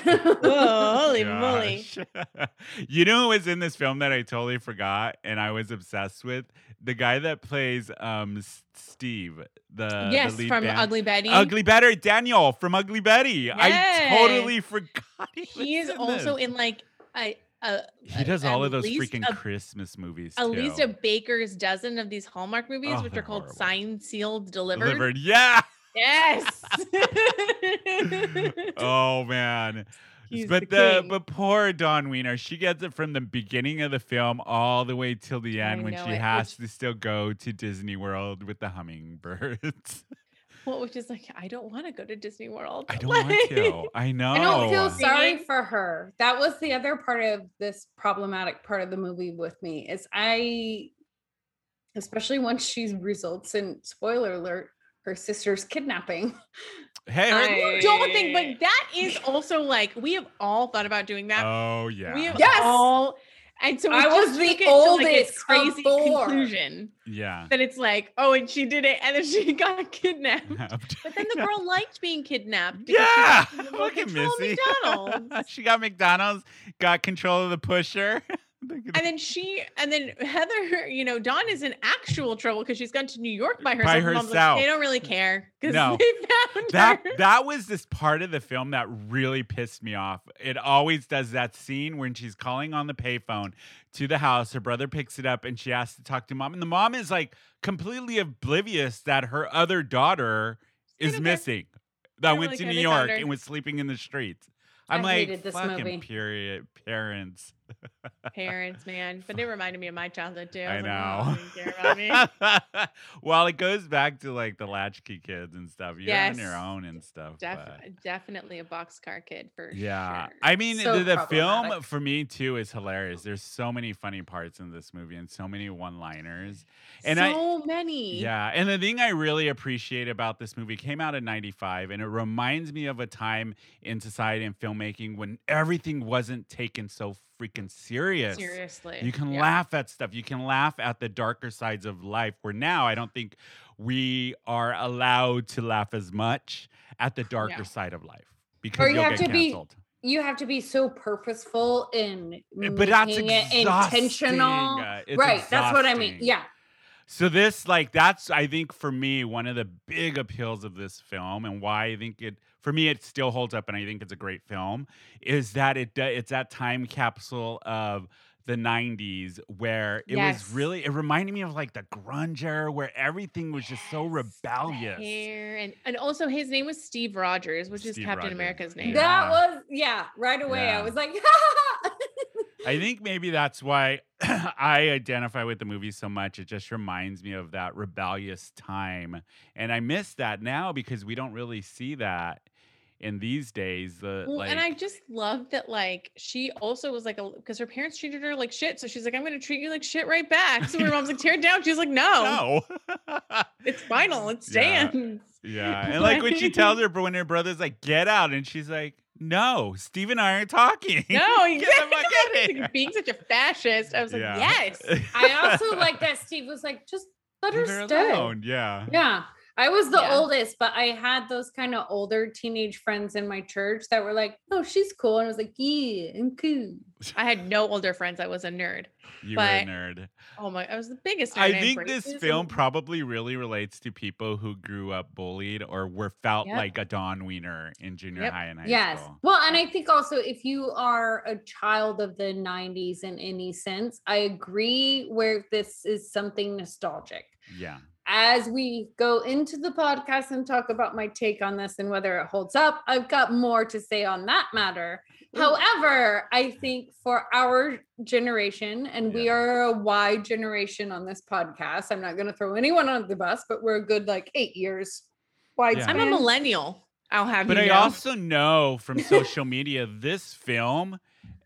Speaker 6: Whoa, holy moly!
Speaker 2: Gosh. you know who was in this film that I totally forgot and I was obsessed with? The guy that plays um S- Steve, the uh, the
Speaker 6: yes,
Speaker 2: lead
Speaker 6: from
Speaker 2: band-
Speaker 6: Ugly Betty.
Speaker 2: Ugly Betty, Daniel from Ugly Betty. I
Speaker 6: Yes.
Speaker 2: totally forgot. He,
Speaker 6: he
Speaker 2: was
Speaker 6: is
Speaker 2: in
Speaker 6: also
Speaker 2: this.
Speaker 6: in like a, a
Speaker 2: He does all
Speaker 6: at
Speaker 2: of those
Speaker 6: least
Speaker 2: freaking
Speaker 6: a-
Speaker 2: Christmas movies.
Speaker 6: at least
Speaker 2: too.
Speaker 6: a baker's dozen of these Hallmark movies,
Speaker 2: Oh,
Speaker 6: which
Speaker 2: they're
Speaker 6: are called
Speaker 2: horrible.
Speaker 6: signed, sealed, delivered.
Speaker 2: delivered. Yeah.
Speaker 6: Yes.
Speaker 2: oh man.
Speaker 6: He's
Speaker 2: but
Speaker 6: the
Speaker 2: the,
Speaker 6: king.
Speaker 2: but poor Dawn Wiener, she gets it from the beginning of the film all the way till the
Speaker 6: I
Speaker 2: end when
Speaker 6: know
Speaker 2: she
Speaker 6: it,
Speaker 2: has
Speaker 6: which-
Speaker 2: to still go to Disney World with the hummingbirds.
Speaker 6: Well, which is like, I don't want to go to Disney World.
Speaker 2: I don't want to. I know.
Speaker 11: I don't feel sorry
Speaker 6: Meaning-
Speaker 11: for her. That was the other part of this problematic part of the movie with me is I, especially once she results in spoiler alert, her sister's kidnapping.
Speaker 2: Hey, her-
Speaker 6: I don't think, but that is also like we have all thought about doing that.
Speaker 2: oh yeah,
Speaker 6: We have
Speaker 11: Yes.
Speaker 6: all, and so
Speaker 11: I
Speaker 6: it
Speaker 11: was
Speaker 6: just
Speaker 11: the
Speaker 6: took it to, like, its
Speaker 11: oldest of
Speaker 6: crazy
Speaker 11: four.
Speaker 6: conclusion
Speaker 2: yeah.
Speaker 6: that it's like, oh, and she did it, and then she got kidnapped. But then the
Speaker 2: Yeah.
Speaker 6: girl liked being kidnapped. because she
Speaker 2: Yeah,
Speaker 6: got the remote
Speaker 2: look at
Speaker 6: control of
Speaker 2: Missy.
Speaker 6: McDonald's.
Speaker 2: she got McDonald's, got control of the pusher. Look at
Speaker 6: and then she and then Heather, you know, Dawn is in actual trouble because she's gone to New York by herself.
Speaker 2: By
Speaker 6: and Mom's like,
Speaker 2: herself.
Speaker 6: they don't really care because
Speaker 2: No.
Speaker 6: they found
Speaker 2: that
Speaker 6: her.
Speaker 2: that was this part of the film that really pissed me off. It always does that scene when she's calling on the payphone to the house. Her brother picks it up and she has to talk to mom, and the mom is like completely oblivious that her other daughter
Speaker 6: They
Speaker 2: is
Speaker 6: don't care.
Speaker 2: missing. That
Speaker 6: don't
Speaker 2: went
Speaker 6: really
Speaker 2: to
Speaker 6: care.
Speaker 2: New
Speaker 6: They found
Speaker 2: York
Speaker 6: her.
Speaker 2: and was sleeping in the streets. I'm
Speaker 11: I
Speaker 2: like,
Speaker 11: hated this
Speaker 2: fucking
Speaker 11: movie."
Speaker 2: period parents.
Speaker 6: Parents, man, but they reminded me of my childhood too.
Speaker 2: I
Speaker 6: was like, "Oh, they didn't care about me."
Speaker 2: know. well, it goes back to like the latchkey kids and stuff. You're on your
Speaker 6: Yes.
Speaker 2: own and stuff. but-
Speaker 6: Def- definitely a boxcar kid for
Speaker 2: Yeah.
Speaker 6: sure.
Speaker 2: I mean,
Speaker 11: So
Speaker 2: the, the film
Speaker 11: problematic.
Speaker 2: for me too is hilarious. There's so many funny parts in this movie and so many one liners. And I,
Speaker 6: so many.
Speaker 2: yeah. And the thing I really appreciate about this movie it came out in 95, and it reminds me of a time in society and filmmaking when everything wasn't taken so freaking serious.
Speaker 6: Seriously.
Speaker 2: You can
Speaker 6: Yeah.
Speaker 2: laugh at stuff. You can laugh at the darker sides of life. Where now, I don't think we are allowed to laugh as much at the darker side of life because
Speaker 11: Or you
Speaker 2: you'll
Speaker 11: have
Speaker 2: get
Speaker 11: to be-
Speaker 2: canceled.
Speaker 11: You have to be so purposeful in making
Speaker 2: Eh, but that's
Speaker 11: it
Speaker 2: exhausting.
Speaker 11: intentional.
Speaker 2: Uh, it's
Speaker 11: right. That's what I mean.
Speaker 2: exhausting.
Speaker 11: Yeah.
Speaker 2: So this, like, that's I think for me one of the big appeals of this film, and why I think it for me it still holds up, and I think it's a great film, is that it do- it's that time capsule of the 90s where it
Speaker 6: Yes.
Speaker 2: was really it reminded me of like the grunge era where everything was just so rebellious
Speaker 6: Hair and, and also his name was Steve Rogers, which is
Speaker 2: Steve
Speaker 6: Captain
Speaker 2: Rogers.
Speaker 6: America's name.
Speaker 2: Yeah.
Speaker 11: That was, yeah. Right away,
Speaker 2: Yeah.
Speaker 11: I was like,
Speaker 2: I think maybe that's why I identify with the movie so much. It just reminds me of that rebellious time. And I miss that now because we don't really see that in these days the
Speaker 6: Well,
Speaker 2: like
Speaker 6: and I just love that, like, she also was like, because her parents treated her like shit. So she's like, I'm going to treat you like shit right back. So her mom's like, tear it down. She's like, no, it's final. It
Speaker 2: Yeah.
Speaker 6: stands.
Speaker 2: Yeah. And like when she
Speaker 6: Like-
Speaker 2: tells her but when her brother's like, get out, and she's like, No, Steve and I aren't talking.
Speaker 6: No,
Speaker 2: Get the fuck out of
Speaker 6: exactly.
Speaker 2: here.
Speaker 6: Being such a fascist, I was like,
Speaker 2: Yeah.
Speaker 6: yes.
Speaker 11: I also like that Steve was like, just let her
Speaker 2: Leave her
Speaker 11: stay.
Speaker 2: alone. Yeah.
Speaker 11: Yeah. I was the
Speaker 6: Yeah.
Speaker 11: oldest, but I had those kind of older teenage friends in my church that were like, oh, she's cool. And I was like, yeah, I'm cool.
Speaker 6: I had no older friends. I was a nerd.
Speaker 2: You
Speaker 6: but
Speaker 2: were a nerd.
Speaker 6: oh my, I was the biggest nerd.
Speaker 2: I
Speaker 6: had
Speaker 2: think
Speaker 6: braces
Speaker 2: this film
Speaker 6: and-
Speaker 2: probably really relates to people who grew up bullied or were felt
Speaker 11: Yep.
Speaker 2: like a Don Wiener in junior
Speaker 6: Yep.
Speaker 2: high and high
Speaker 11: yes.
Speaker 2: school.
Speaker 11: Well, and I think also if you are a child of the 90s in any sense, I agree where this is something nostalgic.
Speaker 2: Yeah.
Speaker 11: As we go into the podcast and talk about my take on this and whether it holds up, I've got more to say on that matter.
Speaker 2: Mm.
Speaker 11: However, I think for our generation, and we are a Y generation on this podcast, I'm not going to throw anyone under the bus, but we're a good like eight years wide.
Speaker 2: Yeah.
Speaker 6: I'm a millennial. I'll have
Speaker 2: But
Speaker 6: you
Speaker 2: I
Speaker 6: know.
Speaker 2: also know from social media this film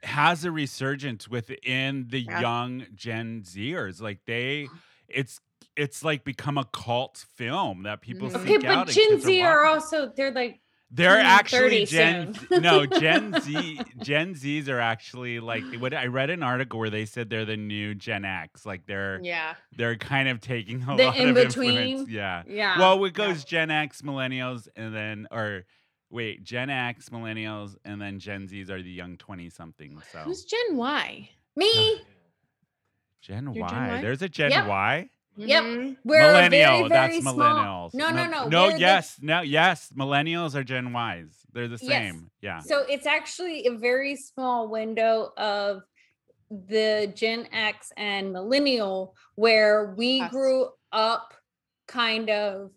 Speaker 2: has a resurgence within the
Speaker 6: Yeah.
Speaker 2: young Gen Zers. Like they it's it's like become a cult film that people
Speaker 6: Mhm.
Speaker 11: Mm-hmm. Okay,
Speaker 2: seek out.
Speaker 11: but
Speaker 2: and
Speaker 11: Gen
Speaker 2: kids
Speaker 11: Z are
Speaker 2: watching.
Speaker 11: also they're like
Speaker 2: They're
Speaker 11: turning
Speaker 2: actually
Speaker 11: 30
Speaker 2: Gen
Speaker 11: soon.
Speaker 2: No, Gen Z Gen Zs are actually like what I read an article where they said they're the new Gen X. Like they're
Speaker 6: Yeah.
Speaker 2: they're kind of taking a
Speaker 11: The
Speaker 2: lot of
Speaker 11: in-between?
Speaker 2: influence. Yeah.
Speaker 11: Yeah,
Speaker 2: Well, it
Speaker 11: yeah.
Speaker 2: goes Gen X, millennials, and then or wait, Gen X, millennials, and then Gen Zs are the young twenty something. So
Speaker 6: Who's Gen Y?
Speaker 11: me.
Speaker 2: Gen
Speaker 6: You're
Speaker 2: y.
Speaker 6: Gen Y?
Speaker 2: There's a Gen
Speaker 11: Yep.
Speaker 2: Y.
Speaker 6: Mm-hmm.
Speaker 11: Yep, we're a
Speaker 2: millennial.
Speaker 11: very, very
Speaker 2: that's
Speaker 11: small.
Speaker 2: millennials.
Speaker 11: No, no, no.
Speaker 2: No.
Speaker 11: we're the-
Speaker 2: yes. No. Yes. Millennials are Gen Ys. They're the
Speaker 11: Yes.
Speaker 2: same. Yeah.
Speaker 11: So it's actually a very small window of the Gen X and millennial where we
Speaker 6: Us.
Speaker 11: grew up kind of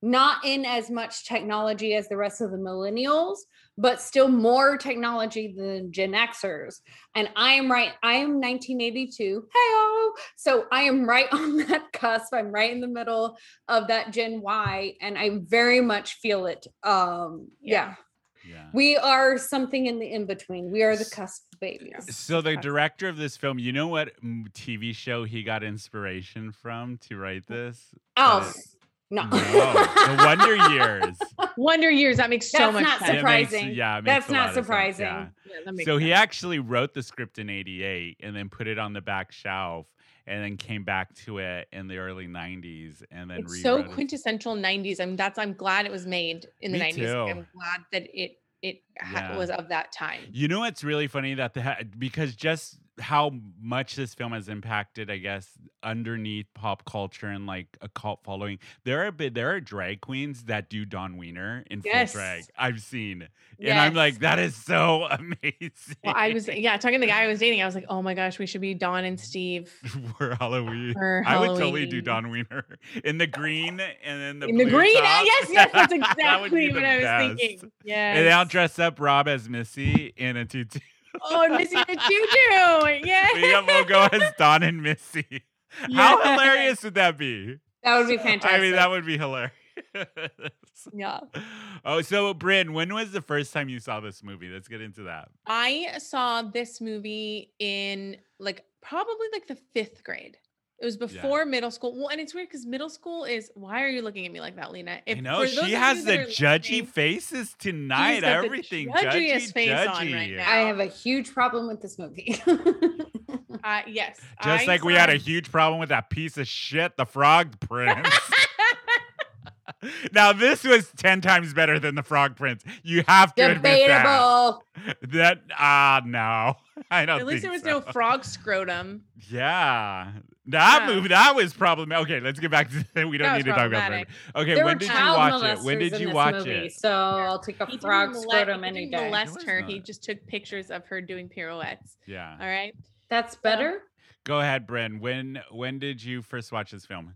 Speaker 11: not in as much technology as the rest of the millennials, but still more technology than Gen Xers. And I am right, I am 1982. Hey, so I am right on that cusp. I'm right in the middle of that Gen Y, and I very much feel it. Um, yeah.
Speaker 6: Yeah.
Speaker 2: Yeah.
Speaker 11: We are something in the in between. We are the cusp babies.
Speaker 2: So the director of this film, you know what mm, TV show he got inspiration from to write this?
Speaker 11: Oh
Speaker 2: But-
Speaker 11: no,
Speaker 2: No, the Wonder Years.
Speaker 6: Wonder Years. That makes so
Speaker 11: That's
Speaker 6: much
Speaker 11: not
Speaker 2: It makes-
Speaker 6: sense.
Speaker 11: surprising.
Speaker 2: yeah, it makes
Speaker 11: that's
Speaker 2: a
Speaker 11: not
Speaker 2: lot of sense,
Speaker 11: surprising.
Speaker 2: yeah.
Speaker 6: Yeah, that makes
Speaker 2: so he
Speaker 6: sense.
Speaker 2: actually wrote the script in 88 and then put it on the back shelf and then came back to it in the early 90s and then
Speaker 6: it's
Speaker 2: rewrote
Speaker 6: so
Speaker 2: it.
Speaker 6: quintessential 90s. I'm that's I'm glad it was made in the
Speaker 2: Me
Speaker 6: 90s.
Speaker 2: too.
Speaker 6: I'm glad that it it ha-
Speaker 2: Yeah.
Speaker 6: was of that time.
Speaker 2: You know what's really funny that the ha- because just how much this film has impacted, I guess, underneath pop culture and like a cult following. There are bit there are drag queens that do Don Wiener in
Speaker 6: Yes.
Speaker 2: full drag. I've seen, and I'm like,
Speaker 6: Yes.
Speaker 2: that is so amazing.
Speaker 6: Well, I was yeah talking to the guy I was dating. I was like, oh my gosh, we should be Don and Steve.
Speaker 2: for Halloween.
Speaker 6: For
Speaker 2: I would totally do
Speaker 6: Halloween.
Speaker 2: Don Wiener in the green and then the
Speaker 6: in the
Speaker 2: blue
Speaker 6: green. Ah,
Speaker 2: top.
Speaker 6: Yes, yes, that's
Speaker 2: That would be
Speaker 6: exactly
Speaker 2: the
Speaker 6: what I was
Speaker 2: best.
Speaker 6: thinking.
Speaker 2: And then I'll
Speaker 6: Yeah.
Speaker 2: dress up Rob as Missy in a tutu.
Speaker 6: Oh, and Missy the Choo Choo.
Speaker 2: we
Speaker 6: Yeah.
Speaker 2: will go as Don and Missy. How hilarious would that be?
Speaker 11: That would be fantastic.
Speaker 2: I mean, that would be hilarious.
Speaker 6: Yeah.
Speaker 2: oh, so Bryn, when was the first time you saw this movie? Let's get into that.
Speaker 6: I saw this movie in like probably like the fifth grade. It was before middle school. Well, and it's weird because middle school is why are you looking at me like that, Lena?
Speaker 2: You know,
Speaker 6: for those of
Speaker 2: she
Speaker 6: you
Speaker 2: has
Speaker 6: that
Speaker 2: the
Speaker 6: are
Speaker 2: judgy
Speaker 6: listening-
Speaker 2: faces tonight.
Speaker 6: got the
Speaker 2: Everything
Speaker 6: judgiest
Speaker 2: judgy,
Speaker 6: face on right
Speaker 2: judgy.
Speaker 6: now.
Speaker 11: I have a huge problem with this movie.
Speaker 6: Uh, yes.
Speaker 2: Just
Speaker 6: I
Speaker 2: like we had a
Speaker 6: saw-
Speaker 2: huge problem with that piece of shit, the Frog Prince. now this was ten times better than the Frog Prince. You have to admit that.
Speaker 11: Debatable.
Speaker 2: That ah no, I don't.
Speaker 6: At least there
Speaker 2: think
Speaker 6: was
Speaker 2: so.
Speaker 6: no frog scrotum.
Speaker 2: Yeah, that
Speaker 6: Yeah.
Speaker 2: movie that was problematic. Okay, let's get back to that. We don't
Speaker 6: That
Speaker 2: need
Speaker 6: was
Speaker 2: to talk about that.
Speaker 6: problematic.
Speaker 2: Okay,
Speaker 11: There
Speaker 2: when
Speaker 11: were
Speaker 2: did you
Speaker 11: child
Speaker 2: watch it? When
Speaker 11: molesters
Speaker 2: did
Speaker 11: in
Speaker 2: you
Speaker 11: this
Speaker 2: watch
Speaker 11: movie,
Speaker 2: it?
Speaker 11: So I'll take a
Speaker 6: He didn't
Speaker 11: frog
Speaker 6: mole-
Speaker 11: scrotum
Speaker 6: he
Speaker 11: any
Speaker 6: didn't
Speaker 11: day.
Speaker 6: molest
Speaker 2: was
Speaker 6: her. He
Speaker 2: not.
Speaker 6: just took pictures of her doing pirouettes.
Speaker 2: Yeah,
Speaker 6: All right.
Speaker 11: That's better.
Speaker 2: go ahead, Bren. When when did you first watch this film?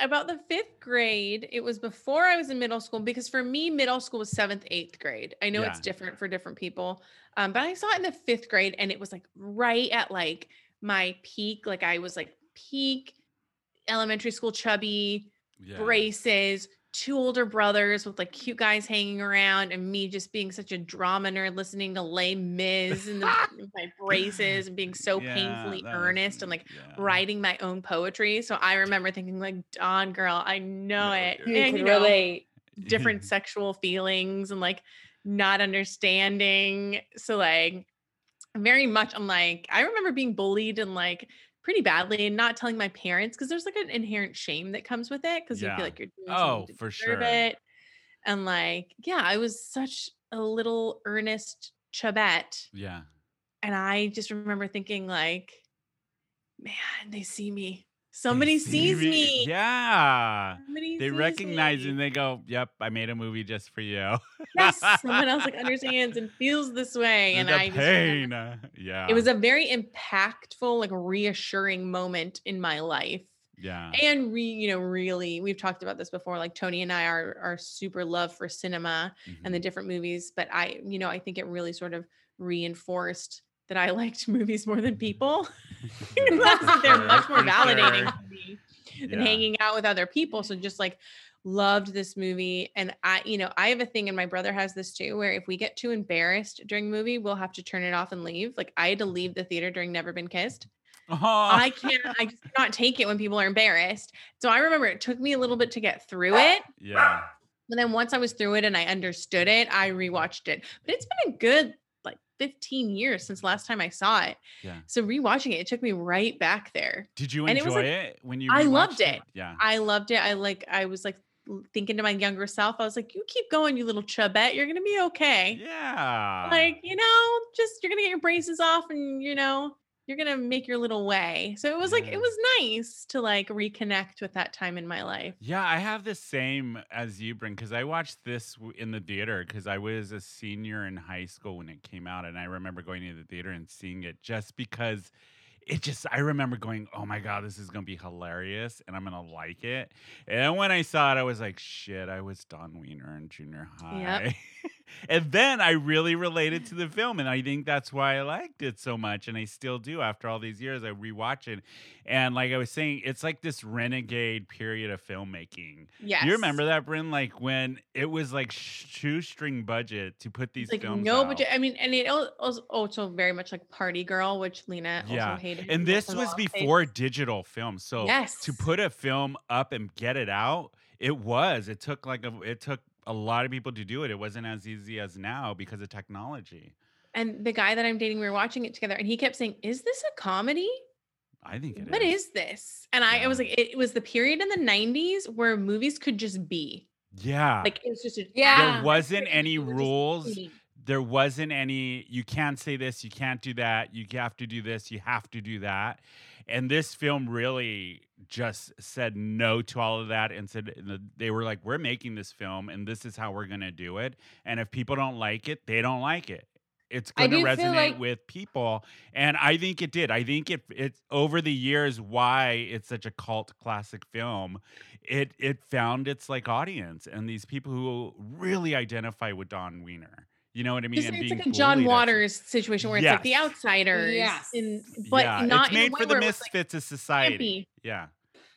Speaker 6: About the fifth grade, it was before I was in middle school because for me, middle school was seventh, eighth grade. I know it's
Speaker 2: Yeah.
Speaker 6: different for different people, um, but I saw it in the fifth grade and it was like right at like my peak. Like I was like peak elementary school chubby,
Speaker 2: Yeah.
Speaker 6: braces, two older brothers with like cute guys hanging around and me just being such a drama nerd listening to lay Mis and the, my braces and being so
Speaker 3: Yeah,
Speaker 6: painfully
Speaker 3: that was-
Speaker 6: earnest and like
Speaker 2: Uh-huh.
Speaker 6: writing my own poetry. So I remember thinking like, Don girl, I know it.
Speaker 11: You
Speaker 6: And,
Speaker 11: could
Speaker 6: know,
Speaker 11: relate.
Speaker 6: different sexual feelings and like not understanding. So like very much I'm like, I remember being bullied and like pretty badly and not telling my parents because there's like an inherent shame that comes with it because you
Speaker 2: Yeah.
Speaker 6: feel like you're doing
Speaker 2: Oh,
Speaker 6: something to
Speaker 2: for sure.
Speaker 6: deserve it. And like, yeah, I was such a little earnest chabette.
Speaker 2: Yeah.
Speaker 6: And I just remember thinking like, man, they see me. Somebody sees me.
Speaker 2: Yeah.
Speaker 6: Somebody
Speaker 2: they
Speaker 6: sees
Speaker 2: recognize you and they go, Yep, I made a movie just for you.
Speaker 6: yes, someone else like understands and feels this way. And
Speaker 2: the
Speaker 6: I just remember-
Speaker 2: pain. uh, Yeah.
Speaker 6: it was a very impactful, like reassuring moment in my life.
Speaker 2: yeah.
Speaker 6: And re, you know, really, we've talked about this before. Like Tony and I are are super love for cinema and the
Speaker 2: Mm-hmm.
Speaker 6: different movies, but I, you know, I think it really sort of reinforced that I liked movies more
Speaker 2: Mm-hmm.
Speaker 6: than people. That's- They're much more
Speaker 3: For
Speaker 6: validating
Speaker 3: sure.
Speaker 6: to me than
Speaker 3: Yeah.
Speaker 6: hanging out with other people. So just like loved this movie. And I, you know, I have a thing, and my brother has this too, where if we get too embarrassed during a movie, we'll have to turn it off and leave. Like I had to leave the theater during Never Been Kissed.
Speaker 2: Oh.
Speaker 6: I can't, I just cannot take it when people are embarrassed. So I remember it took me a little bit to get through it.
Speaker 2: Yeah.
Speaker 6: But then once I was through it and I understood it, I rewatched it. But it's been a good like 15 years since last time I saw it.
Speaker 2: Yeah.
Speaker 6: So rewatching it, it took me right back there.
Speaker 2: Did you
Speaker 6: And
Speaker 2: enjoy it,
Speaker 6: was, like,
Speaker 2: when you?
Speaker 6: I
Speaker 2: rewatched
Speaker 6: loved it.
Speaker 2: Yeah.
Speaker 6: I loved it. I like I was like l- thinking to my younger self, I was like, you keep going, you little chubette. You're gonna be okay.
Speaker 2: Yeah.
Speaker 6: Like, you know, just you're gonna get your braces off and you know, you're gonna make your little way. So it was like it was nice to like reconnect with that time in my life.
Speaker 2: Yeah, I have the same as you, Bryn, because I watched this w- in the theater because I was a senior in high school when it came out, and I remember going to the theater and seeing it just because it just I remember going, "Oh my god, this is gonna be hilarious, and I'm gonna like it." And when I saw it, I was like, "Shit, I was Don Wiener in junior high." and then I really related to the film, and I think that's why I liked it so much, and I still do after all these years. I rewatch it, and like I was saying, it's like this renegade period of filmmaking.
Speaker 6: Yes.
Speaker 2: you remember that, Bryn? Like when it was like shoestring budget to put these
Speaker 6: It's like
Speaker 2: films.
Speaker 6: no
Speaker 2: out.
Speaker 6: budget. I mean, and it al- also also very much like Party Girl, which Lena
Speaker 2: yeah,
Speaker 6: also hated.
Speaker 2: and
Speaker 6: wrote
Speaker 2: this
Speaker 6: some
Speaker 2: was
Speaker 6: long pages.
Speaker 2: before digital film, so
Speaker 6: Yes.
Speaker 2: to put a film up and get it out, it was. It took like a. It took a lot of people to do it. It wasn't as easy as now because of technology.
Speaker 6: And the guy that I'm dating, we were watching it together, and he kept saying, "Is this a comedy?
Speaker 2: I think it
Speaker 6: What is this?" And I, I was like, it, it was the period in the '90s where movies could just be
Speaker 2: Yeah.
Speaker 6: like it was just a,
Speaker 2: Ah. There wasn't any rules.
Speaker 6: eating.
Speaker 2: There wasn't any, you can't say this, you can't do that, you have to do this, you have to do that. And this film really just said no to all of that and said, they were like, we're making this film and this is how we're going to do it. And if people don't like it, they don't like it. It's
Speaker 11: I
Speaker 2: going to
Speaker 11: do feel
Speaker 2: resonate
Speaker 11: like-
Speaker 2: with people. And I think it did. I think it, it's over the years why it's such a cult classic film it it found its like audience and these people who really identify with Don Wiener. You know what I mean?
Speaker 6: Just-
Speaker 2: and
Speaker 6: it's
Speaker 2: being
Speaker 6: like a John
Speaker 2: bullied at-
Speaker 6: Waters situation where it's like the
Speaker 2: Yes.
Speaker 6: outsiders,
Speaker 11: Yes.
Speaker 6: in, but
Speaker 2: yeah,
Speaker 6: not
Speaker 2: it's
Speaker 6: in a
Speaker 2: made
Speaker 6: way
Speaker 2: for
Speaker 6: where
Speaker 2: the
Speaker 6: it was, like,
Speaker 2: misfits of society.
Speaker 6: campy.
Speaker 2: Yeah.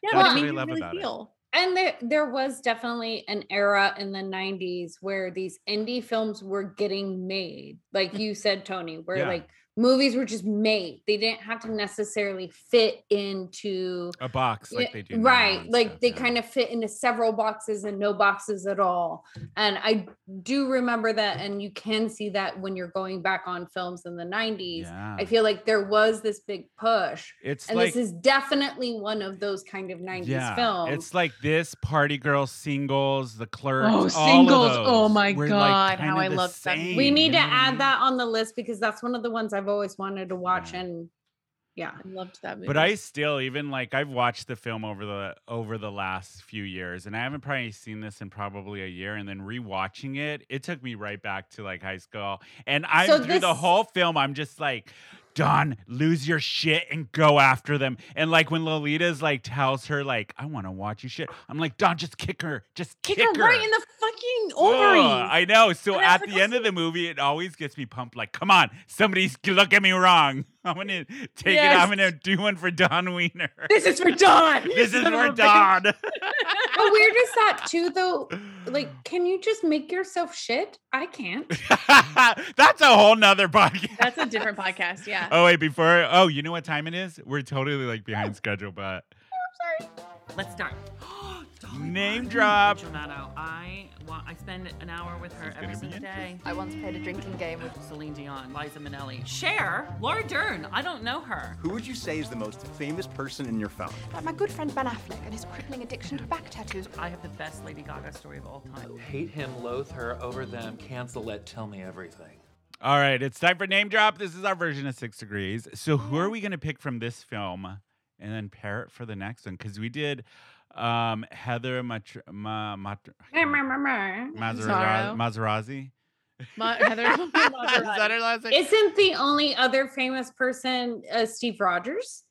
Speaker 11: Yeah,
Speaker 2: That's
Speaker 11: but
Speaker 2: what
Speaker 11: it
Speaker 2: I
Speaker 11: made
Speaker 2: love
Speaker 6: really
Speaker 2: about
Speaker 6: feel.
Speaker 11: And there, there was definitely an era in the 90s where these indie films were getting made. Like you said, Tony, where
Speaker 2: Mm. Yeah.
Speaker 11: like movies were just made. They didn't have to necessarily fit into
Speaker 2: it. A box like
Speaker 11: Yeah,
Speaker 2: they do. now
Speaker 11: right
Speaker 2: and
Speaker 11: like
Speaker 2: stuff,
Speaker 11: they
Speaker 2: yeah.
Speaker 11: kind of fit into several boxes and no boxes at all and i do remember that and you can see that when you're going back on films in the 90s
Speaker 2: Yeah.
Speaker 11: i feel like there was this big push
Speaker 2: It's
Speaker 11: and
Speaker 2: like-
Speaker 11: this is definitely one of those kind of 90s
Speaker 2: yeah,
Speaker 11: films
Speaker 2: it's like this party girl singles, the clerks. all
Speaker 6: Oh,
Speaker 2: of
Speaker 6: singles!
Speaker 2: those
Speaker 6: Oh my
Speaker 2: were, like,
Speaker 6: god,
Speaker 2: kind
Speaker 6: how
Speaker 2: of
Speaker 6: I
Speaker 2: the
Speaker 6: love that.
Speaker 2: same,
Speaker 11: we need
Speaker 2: you
Speaker 11: to
Speaker 2: know what I
Speaker 11: add
Speaker 2: mean?
Speaker 11: that on the list because that's one of the ones i've always wanted to watch and yeah
Speaker 6: i loved that movie
Speaker 2: But I still even like I've watched the film over the over the last few years, and I haven't probably seen this in probably a year. And then rewatching it, it took me right back to like high school, and I'm
Speaker 3: So
Speaker 2: through the
Speaker 3: this-
Speaker 2: whole film. I'm just like. Don, lose your shit and go after them. And like when Lolita's like tells her like I want to watch you shit, I'm like Don, just kick her, just
Speaker 6: kick
Speaker 2: kick,
Speaker 6: her right in the fucking fucking ovaries.
Speaker 2: Ugh, I know. So
Speaker 6: And I
Speaker 2: at
Speaker 6: was
Speaker 2: the
Speaker 6: like,
Speaker 2: end of the movie, it always gets me pumped. Like, come on, somebody's g- look at me wrong. I'm gonna take it. I'm
Speaker 6: Yes.
Speaker 2: gonna do one for Don Wiener.
Speaker 6: This is for Don,
Speaker 2: this is
Speaker 6: son of
Speaker 2: for
Speaker 6: a bitch.
Speaker 2: Don.
Speaker 11: How weird is that too though? Like, can you just make yourself shit? I can't.
Speaker 2: That's a whole nother podcast.
Speaker 6: That's a different podcast. Yeah.
Speaker 2: Oh wait, before oh, you know what time it is? We're totally like behind schedule, but
Speaker 12: Let's start.
Speaker 2: name drop.
Speaker 12: Giordano. I wa- I spend an hour with her
Speaker 2: This is
Speaker 12: every
Speaker 2: gonna be
Speaker 12: single day.
Speaker 2: interesting.
Speaker 12: I once played a drinking game with Celine Dion, Liza Minnelli, Cher, Laura Dern. I don't know her.
Speaker 13: Who would you say is the most famous person in your phone?
Speaker 14: Like my good friend Ben Affleck and his crippling addiction to back tattoos.
Speaker 12: I have the best Lady Gaga story of all time.
Speaker 15: Hate him, loathe her, over them, cancel it, tell me everything.
Speaker 2: All right, it's time for name drop. This is our version of Six Degrees. So who are we gonna pick from this film, and then pair it for the next one? Because we did um Heather Matr- Ma- Matr- Maserati.
Speaker 11: Maserati.
Speaker 2: Maserati.
Speaker 6: Ma- Heather
Speaker 11: Isn't the only other famous person uh, Steve Rogers?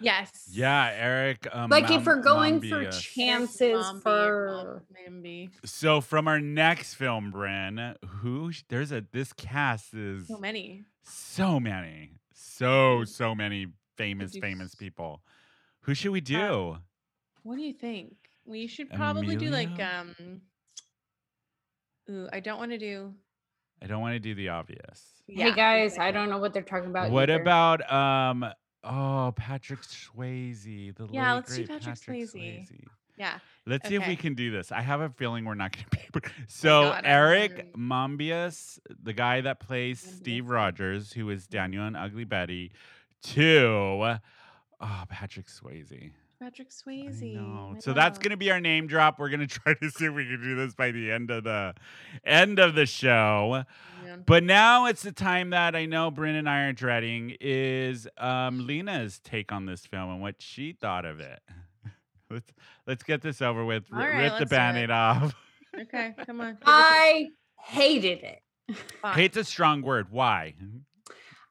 Speaker 6: Yes.
Speaker 2: Yeah, Eric. Um,
Speaker 11: like if we're
Speaker 2: Mam-
Speaker 11: going for
Speaker 2: Mambia.
Speaker 11: chances
Speaker 6: Mambi,
Speaker 11: for
Speaker 6: maybe
Speaker 2: so from our next film, Bren, who sh- there's a this cast is
Speaker 6: so many.
Speaker 2: so many, so so many famous
Speaker 6: do
Speaker 2: famous people. Who should we
Speaker 11: Uh,
Speaker 2: do?
Speaker 6: What do you think? We should probably do like um. Ooh, I don't want to do.
Speaker 2: I don't want to do the obvious.
Speaker 11: Hey guys, I don't know what they're talking about.
Speaker 2: what
Speaker 11: either.
Speaker 2: about um? Oh, Patrick Swayze, the
Speaker 6: Yeah,
Speaker 2: late,
Speaker 6: let's do
Speaker 2: great
Speaker 6: Patrick, Swayze. Yeah.
Speaker 2: Let's see if we
Speaker 6: Okay.
Speaker 2: can do this. I have a feeling we're not going to be able. So
Speaker 6: God, I'm
Speaker 2: Eric Mombius, the guy that plays Steve Rogers, who
Speaker 6: Mm-hmm.
Speaker 2: is Daniel and Ugly Betty, to oh, Patrick Swayze.
Speaker 6: Patrick Swayze.
Speaker 2: No. So that's going to be our name drop. We're going to try to see if we can do this by the end of the end of the show. But now it's the time that I know Bryn and I are dreading is um, Lena's take on this film and what she thought of it. let's let's get this over with.
Speaker 11: All
Speaker 2: R-
Speaker 11: right,
Speaker 2: rip the
Speaker 11: let's do it.
Speaker 2: band-aid off.
Speaker 6: Okay, come on.
Speaker 11: I hated it.
Speaker 2: Hate's a strong word. Why?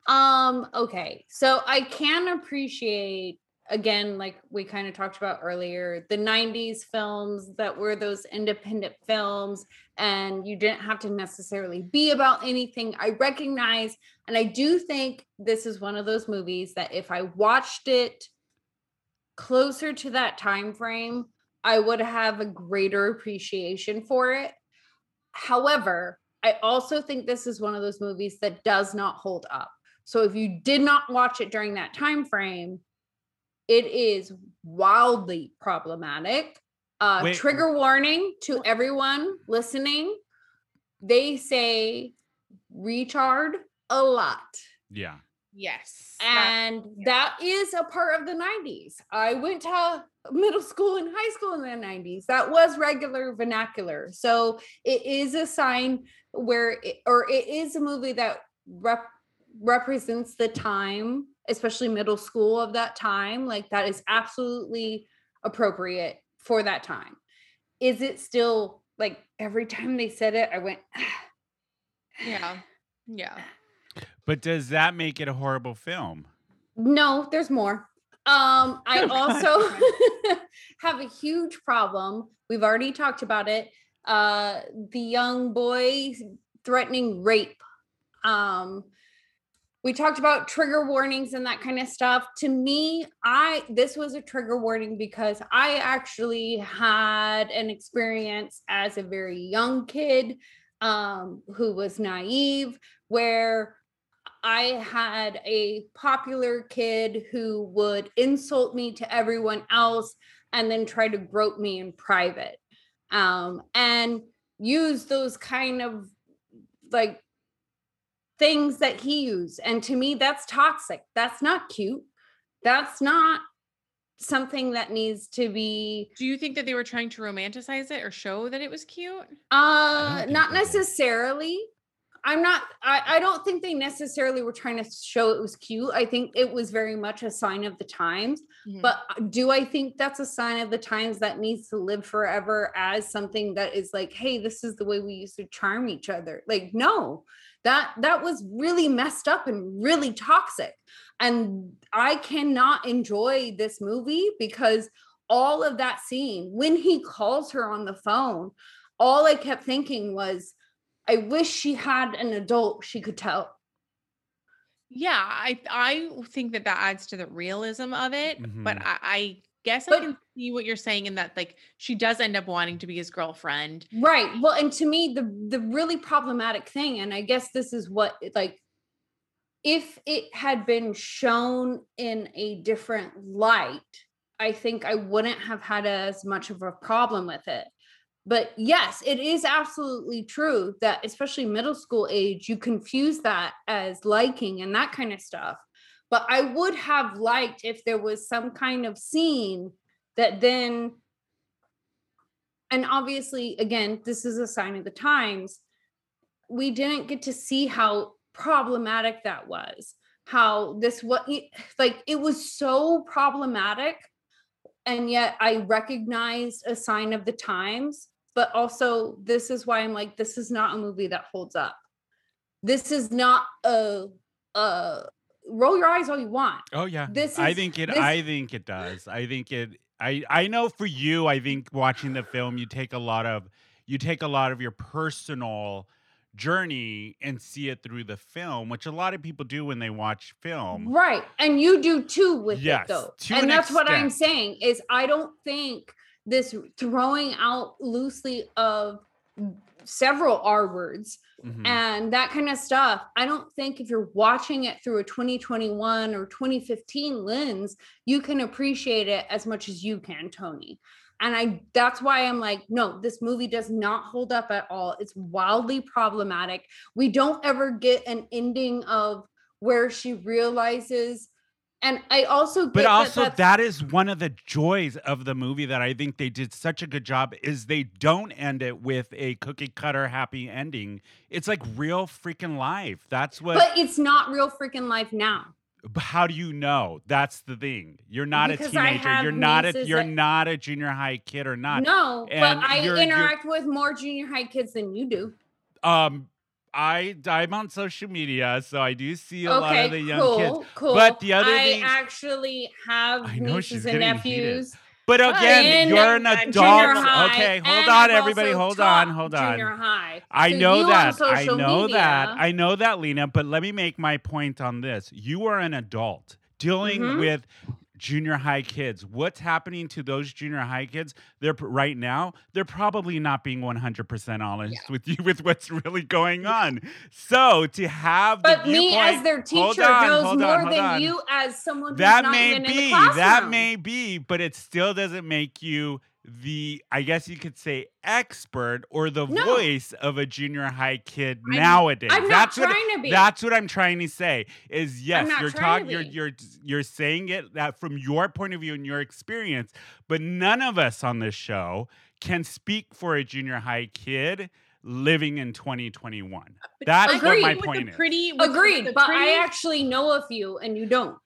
Speaker 11: Um, okay. So I can appreciate again, like we kind of talked about earlier, the 90s films that were those independent films, and you didn't have to necessarily be about anything. I recognize, and I do think this is one of those movies that if I watched it closer to that time frame, I would have a greater appreciation for it. However, I also think this is one of those movies that does not hold up. So if you did not watch it during that time frame, it is wildly problematic. Uh,
Speaker 16: Wait.
Speaker 11: trigger warning to everyone listening: they say "retard" a lot.
Speaker 2: Yeah.
Speaker 6: Yes.
Speaker 11: And that is a part of the 90s. I went to middle school and high school in the 90s. That was regular vernacular. So it is a sign where, it, or it is a movie that rep, represents the time, especially middle school of that time. Like that is absolutely appropriate for that time. Is it still like every time they said it, I went,
Speaker 6: Yeah. Yeah.
Speaker 2: But does that make it a horrible film?
Speaker 11: No, there's more. Um, I
Speaker 6: Oh, God.
Speaker 11: also have a huge problem. We've already talked about it. Uh, the young boy threatening rape. Um, we talked about trigger warnings and that kind of stuff. To me, I this was a trigger warning because I actually had an experience as a very young kid um, who was naive, where I had a popular kid who would insult me to everyone else and then try to grope me in private um, and use those kind of like things that he used. And to me, that's toxic. That's not cute. That's not something that needs to be
Speaker 6: Do you think that they were trying to romanticize it or show that it was cute?
Speaker 11: Uh, not necessarily. I'm not. I, I don't think they necessarily were trying to show it was cute. I think it was very much a sign of the times.
Speaker 6: Mhm.
Speaker 11: But uh, do I think that's a sign of the times that needs to live forever as something that is like, hey, this is the way we used to charm each other? Like, no, that that was really messed up and really toxic. And I cannot enjoy this movie because all of that scene when he calls her on the phone all I kept thinking was, I wish she had an adult she could tell.
Speaker 6: Yeah, I I think that that adds to the realism of it, but
Speaker 2: Mm-hmm.
Speaker 11: Mhm.
Speaker 6: I, I guess I can see what you're saying in that like she does end up wanting to be his girlfriend.
Speaker 11: Right. Well, and to me, the the really problematic thing, and I guess this is what like if it had been shown in a different light, I think I wouldn't have had as much of a problem with it. But yes, it is absolutely true that especially middle school age, you confuse that as liking and that kind of stuff. But I would have liked if there was some kind of scene that then and obviously again this is a sign of the times we didn't get to see how problematic that was how this what like it was so problematic and yet i recognized a sign of the times but also this is why i'm like this is not a movie that holds up this is not a uh roll your eyes all you want
Speaker 2: Oh yeah.
Speaker 11: This
Speaker 2: I
Speaker 11: is-
Speaker 2: think it
Speaker 11: this-
Speaker 2: I think it does. I think it I I know for you I think watching the film you take a lot of you take a lot of your personal journey and see it through the film, which a lot of people do when they watch film.
Speaker 11: Right. And you do too with
Speaker 2: Yes,
Speaker 11: it though.
Speaker 2: to an
Speaker 11: and that's what I'm
Speaker 2: extent.
Speaker 11: saying is I don't think this throwing out loosely of several R words
Speaker 2: Mm-hmm.
Speaker 16: Mhm.
Speaker 2: Mm.
Speaker 11: and that kind of stuff. I don't think if you're watching it through a 2021 or 2015 lens, you can appreciate it as much as you can, Tony. And I that's why I'm like, no, this movie does not hold up at all. It's wildly problematic. We don't ever get an ending of where she realizes and I also get
Speaker 2: But
Speaker 11: that
Speaker 2: also
Speaker 11: that's-
Speaker 2: that is one of the joys of the movie that I think they did such a good job is they don't end it with a cookie cutter happy ending. It's like real freaking life. That's what
Speaker 11: but it's not real freaking life now.
Speaker 2: But how do you know? That's the thing. You're not
Speaker 11: Because
Speaker 2: a
Speaker 11: I
Speaker 2: teenager.
Speaker 11: have
Speaker 2: You're not a
Speaker 11: nieces
Speaker 2: you're
Speaker 11: that-
Speaker 2: not a junior high kid or not.
Speaker 11: no, but
Speaker 2: And
Speaker 11: I
Speaker 2: you're- you're-
Speaker 11: interact with more junior high kids than you do.
Speaker 2: um I I'm on social media, so I do see a
Speaker 11: okay,
Speaker 2: lot of the young
Speaker 11: cool,
Speaker 2: kids.
Speaker 11: cool.
Speaker 2: But the other
Speaker 11: I
Speaker 2: thing
Speaker 11: actually have
Speaker 2: I know she's
Speaker 11: nieces and
Speaker 2: getting heated.
Speaker 11: nephews.
Speaker 2: But again,
Speaker 11: in
Speaker 2: you're an
Speaker 11: junior
Speaker 2: adult.
Speaker 11: high,
Speaker 2: Okay, hold
Speaker 11: and
Speaker 2: on,
Speaker 11: I've
Speaker 2: everybody.
Speaker 11: also
Speaker 2: Hold on,
Speaker 11: taught
Speaker 2: hold on.
Speaker 11: Junior high.
Speaker 2: I
Speaker 11: So
Speaker 2: know
Speaker 11: you on
Speaker 2: that. I
Speaker 11: social
Speaker 2: know that.
Speaker 11: media-
Speaker 2: I know that, Lena. But let me make my point on this. You are an adult dealing
Speaker 11: Mhm.
Speaker 2: with junior high kids. What's happening to those junior high kids? They're p- right now. They're probably not being one hundred percent honest with you with what's really going on. So to have the
Speaker 11: But me as
Speaker 2: viewpoint-
Speaker 11: their
Speaker 2: Hold
Speaker 11: teacher
Speaker 2: on,
Speaker 11: knows
Speaker 2: hold on,
Speaker 11: more
Speaker 2: hold
Speaker 11: than
Speaker 2: on
Speaker 11: you as someone who's
Speaker 2: that
Speaker 11: not
Speaker 2: may
Speaker 11: even in the
Speaker 2: be
Speaker 11: classroom.
Speaker 2: that may be but it still doesn't make you the i guess you could say expert or the
Speaker 11: No.
Speaker 2: voice of a junior high kid
Speaker 11: I'm-
Speaker 2: nowadays
Speaker 11: I'm not
Speaker 2: that's what
Speaker 11: trying to be.
Speaker 2: that's what i'm trying to say is yes
Speaker 11: not
Speaker 2: you're
Speaker 11: trying to
Speaker 2: you're
Speaker 11: be.
Speaker 2: you're you're saying it that from your point of view and your experience but none of us on this show can speak for a junior high kid living in 2021 that's what my point is
Speaker 6: pretty- with- with
Speaker 11: Agreed,
Speaker 6: the
Speaker 11: but
Speaker 6: pretty-
Speaker 11: I actually know of you and you don't.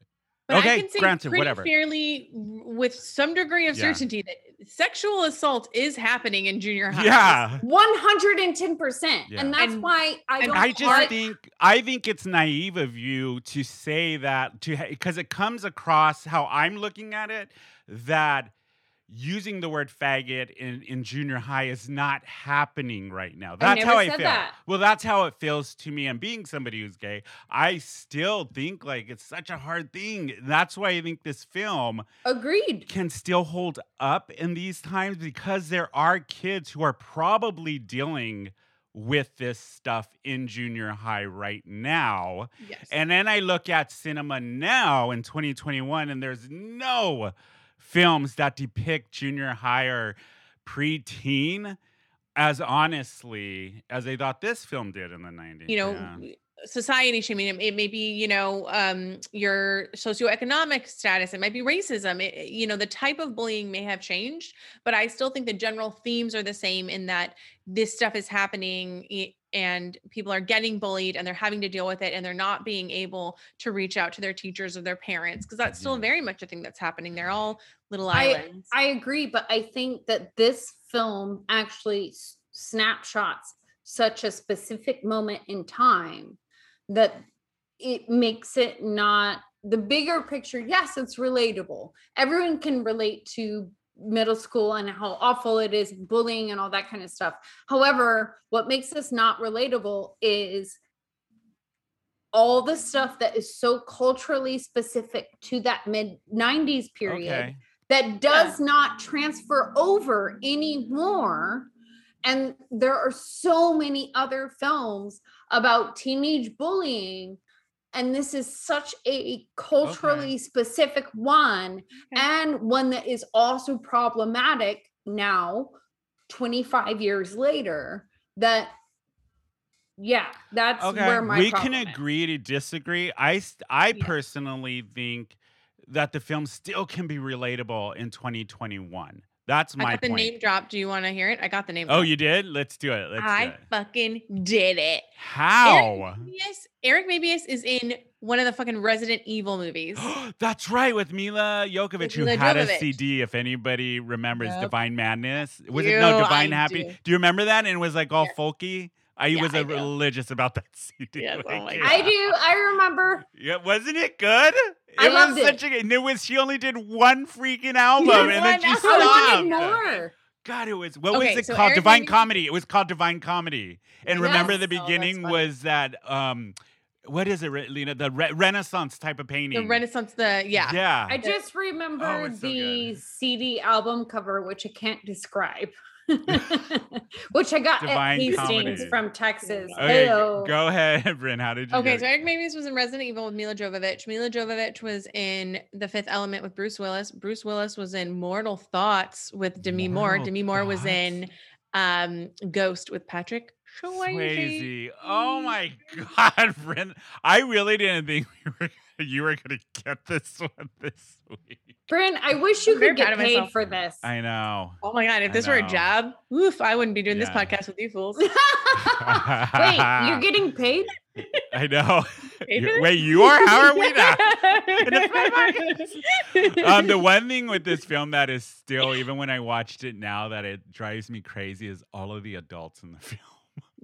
Speaker 6: But
Speaker 2: Okay,
Speaker 6: I can say
Speaker 2: granted,
Speaker 6: pretty
Speaker 2: whatever.
Speaker 6: fairly with some degree of
Speaker 2: Yeah.
Speaker 6: certainty that sexual assault is happening in junior high.
Speaker 2: Yeah.
Speaker 11: 110%.
Speaker 2: Yeah.
Speaker 11: And that's why I don't
Speaker 2: I just
Speaker 11: like-
Speaker 2: think I think it's naive of you to say that to because it comes across how I'm looking at it that using the word faggot in, in junior high is not happening right now. That's
Speaker 11: never
Speaker 2: how I
Speaker 11: said
Speaker 2: feel.
Speaker 11: that.
Speaker 2: Well, that's how it feels to me. And being somebody who's gay, I still think like it's such a hard thing. That's why I think this film
Speaker 11: agreed
Speaker 2: can still hold up in these times because there are kids who are probably dealing with this stuff in junior high right now.
Speaker 6: Yes.
Speaker 2: And then I look at cinema now in 2021 and there's no films that depict junior high or preteen as honestly as they thought this film did in the 90s.
Speaker 6: you know
Speaker 2: Yeah.
Speaker 6: society shaming it, it may be you know um your socioeconomic status it might be racism it, it- you know the type of bullying may have changed but i still think the general themes are the same in that this stuff is happening i- and people are getting bullied and they're having to deal with it and they're not being able to reach out to their teachers or their parents because that's still very much a thing that's happening they're all little
Speaker 11: I,
Speaker 6: islands
Speaker 11: I agree, but I think that this film actually s- snapshots such a specific moment in time that it makes it not the bigger picture. Yes, it's relatable. Everyone can relate to middle school and how awful it is and bullying and all that kind of stuff. However, what makes this not relatable is all the stuff that is so culturally specific to that mid 90s period
Speaker 2: Okay.
Speaker 11: that does not transfer over anymore. And there are so many other films about teenage bullying. And this is such a culturally specific one, and one that is also problematic now, 25 years later. That, yeah, that's where my
Speaker 2: we
Speaker 11: problem
Speaker 2: can
Speaker 11: is.
Speaker 2: agree to disagree. I st- I personally think that the film still can be relatable in 2021. That's
Speaker 6: I
Speaker 2: my
Speaker 6: got the
Speaker 2: point.
Speaker 6: name drop. Do you want to hear it? I got the name.
Speaker 2: oh,
Speaker 6: drop.
Speaker 2: you did? Let's do it. Let's do
Speaker 6: I
Speaker 2: it.
Speaker 6: fucking did it.
Speaker 2: How?
Speaker 6: Yes, Eric Mabius is in one of the fucking Resident Evil movies.
Speaker 2: That's right, with Mila Jokovic,
Speaker 6: With
Speaker 2: who
Speaker 6: Mila
Speaker 2: had a
Speaker 6: Jovovich.
Speaker 2: CD. If anybody remembers
Speaker 6: Nope.
Speaker 2: Divine Madness, was it no
Speaker 6: Ew,
Speaker 2: Divine
Speaker 6: I
Speaker 2: Happy?
Speaker 6: do.
Speaker 2: Do. you remember that? And it was like all folky. I
Speaker 11: Yeah,
Speaker 2: was
Speaker 11: I
Speaker 2: a
Speaker 11: do.
Speaker 2: religious about that CD.
Speaker 6: Yes,
Speaker 2: when it came
Speaker 11: I
Speaker 2: out.
Speaker 11: do. I remember.
Speaker 2: Yeah, wasn't it good?
Speaker 11: I
Speaker 2: it
Speaker 11: loved
Speaker 2: was
Speaker 11: it.
Speaker 2: such a good. And it was she only did one freaking album, and then she
Speaker 11: Oh, I wanted
Speaker 2: stopped.
Speaker 11: more.
Speaker 2: God, it was what
Speaker 11: Okay,
Speaker 2: was it
Speaker 11: so
Speaker 2: called?
Speaker 11: Eric
Speaker 2: Divine
Speaker 11: Mabius-
Speaker 2: Comedy. It was called Divine Comedy. And remember, the
Speaker 6: Yes. Oh, that's
Speaker 2: beginning
Speaker 6: funny.
Speaker 2: was that um, what is it, Re- Lena? The re- Renaissance type of painting.
Speaker 6: The Renaissance, the yeah.
Speaker 2: Yeah.
Speaker 11: I just remember
Speaker 2: it's so
Speaker 11: the CD album cover, which I can't describe. which I got
Speaker 2: Divine
Speaker 11: at Hastings
Speaker 2: comedy.
Speaker 11: from Texas.
Speaker 2: Okay,
Speaker 11: Hello.
Speaker 2: go ahead, Bryn. How did you?
Speaker 6: Okay,
Speaker 2: get-
Speaker 6: so Eric Mabius was in Resident Evil with Mila Jovovich. Mila Jovovich was in The Fifth Element with Bruce Willis. Bruce Willis was in Mortal Thoughts with Demi Moore.
Speaker 2: Mortal
Speaker 6: Demi Moore was in um, Ghost with Patrick Swayze.
Speaker 2: Swayze. Oh my God, Bryn. I really didn't think we were, you were going to get this one this week.
Speaker 11: Bryn, I wish you
Speaker 6: I'm very proud
Speaker 11: could get
Speaker 6: of
Speaker 11: paid
Speaker 6: myself.
Speaker 11: for this.
Speaker 2: I know.
Speaker 6: Oh my god, if
Speaker 2: I
Speaker 6: this were a
Speaker 2: know.
Speaker 6: job, oof, I wouldn't be doing this
Speaker 2: Yeah.
Speaker 6: podcast with you fools.
Speaker 11: Wait, you're getting paid?
Speaker 2: I know. You-
Speaker 6: Paper?
Speaker 2: Wait, you are? How are we not? um, the one thing with this film that is still, even when I watched it now, that it drives me crazy is all of the adults in the film.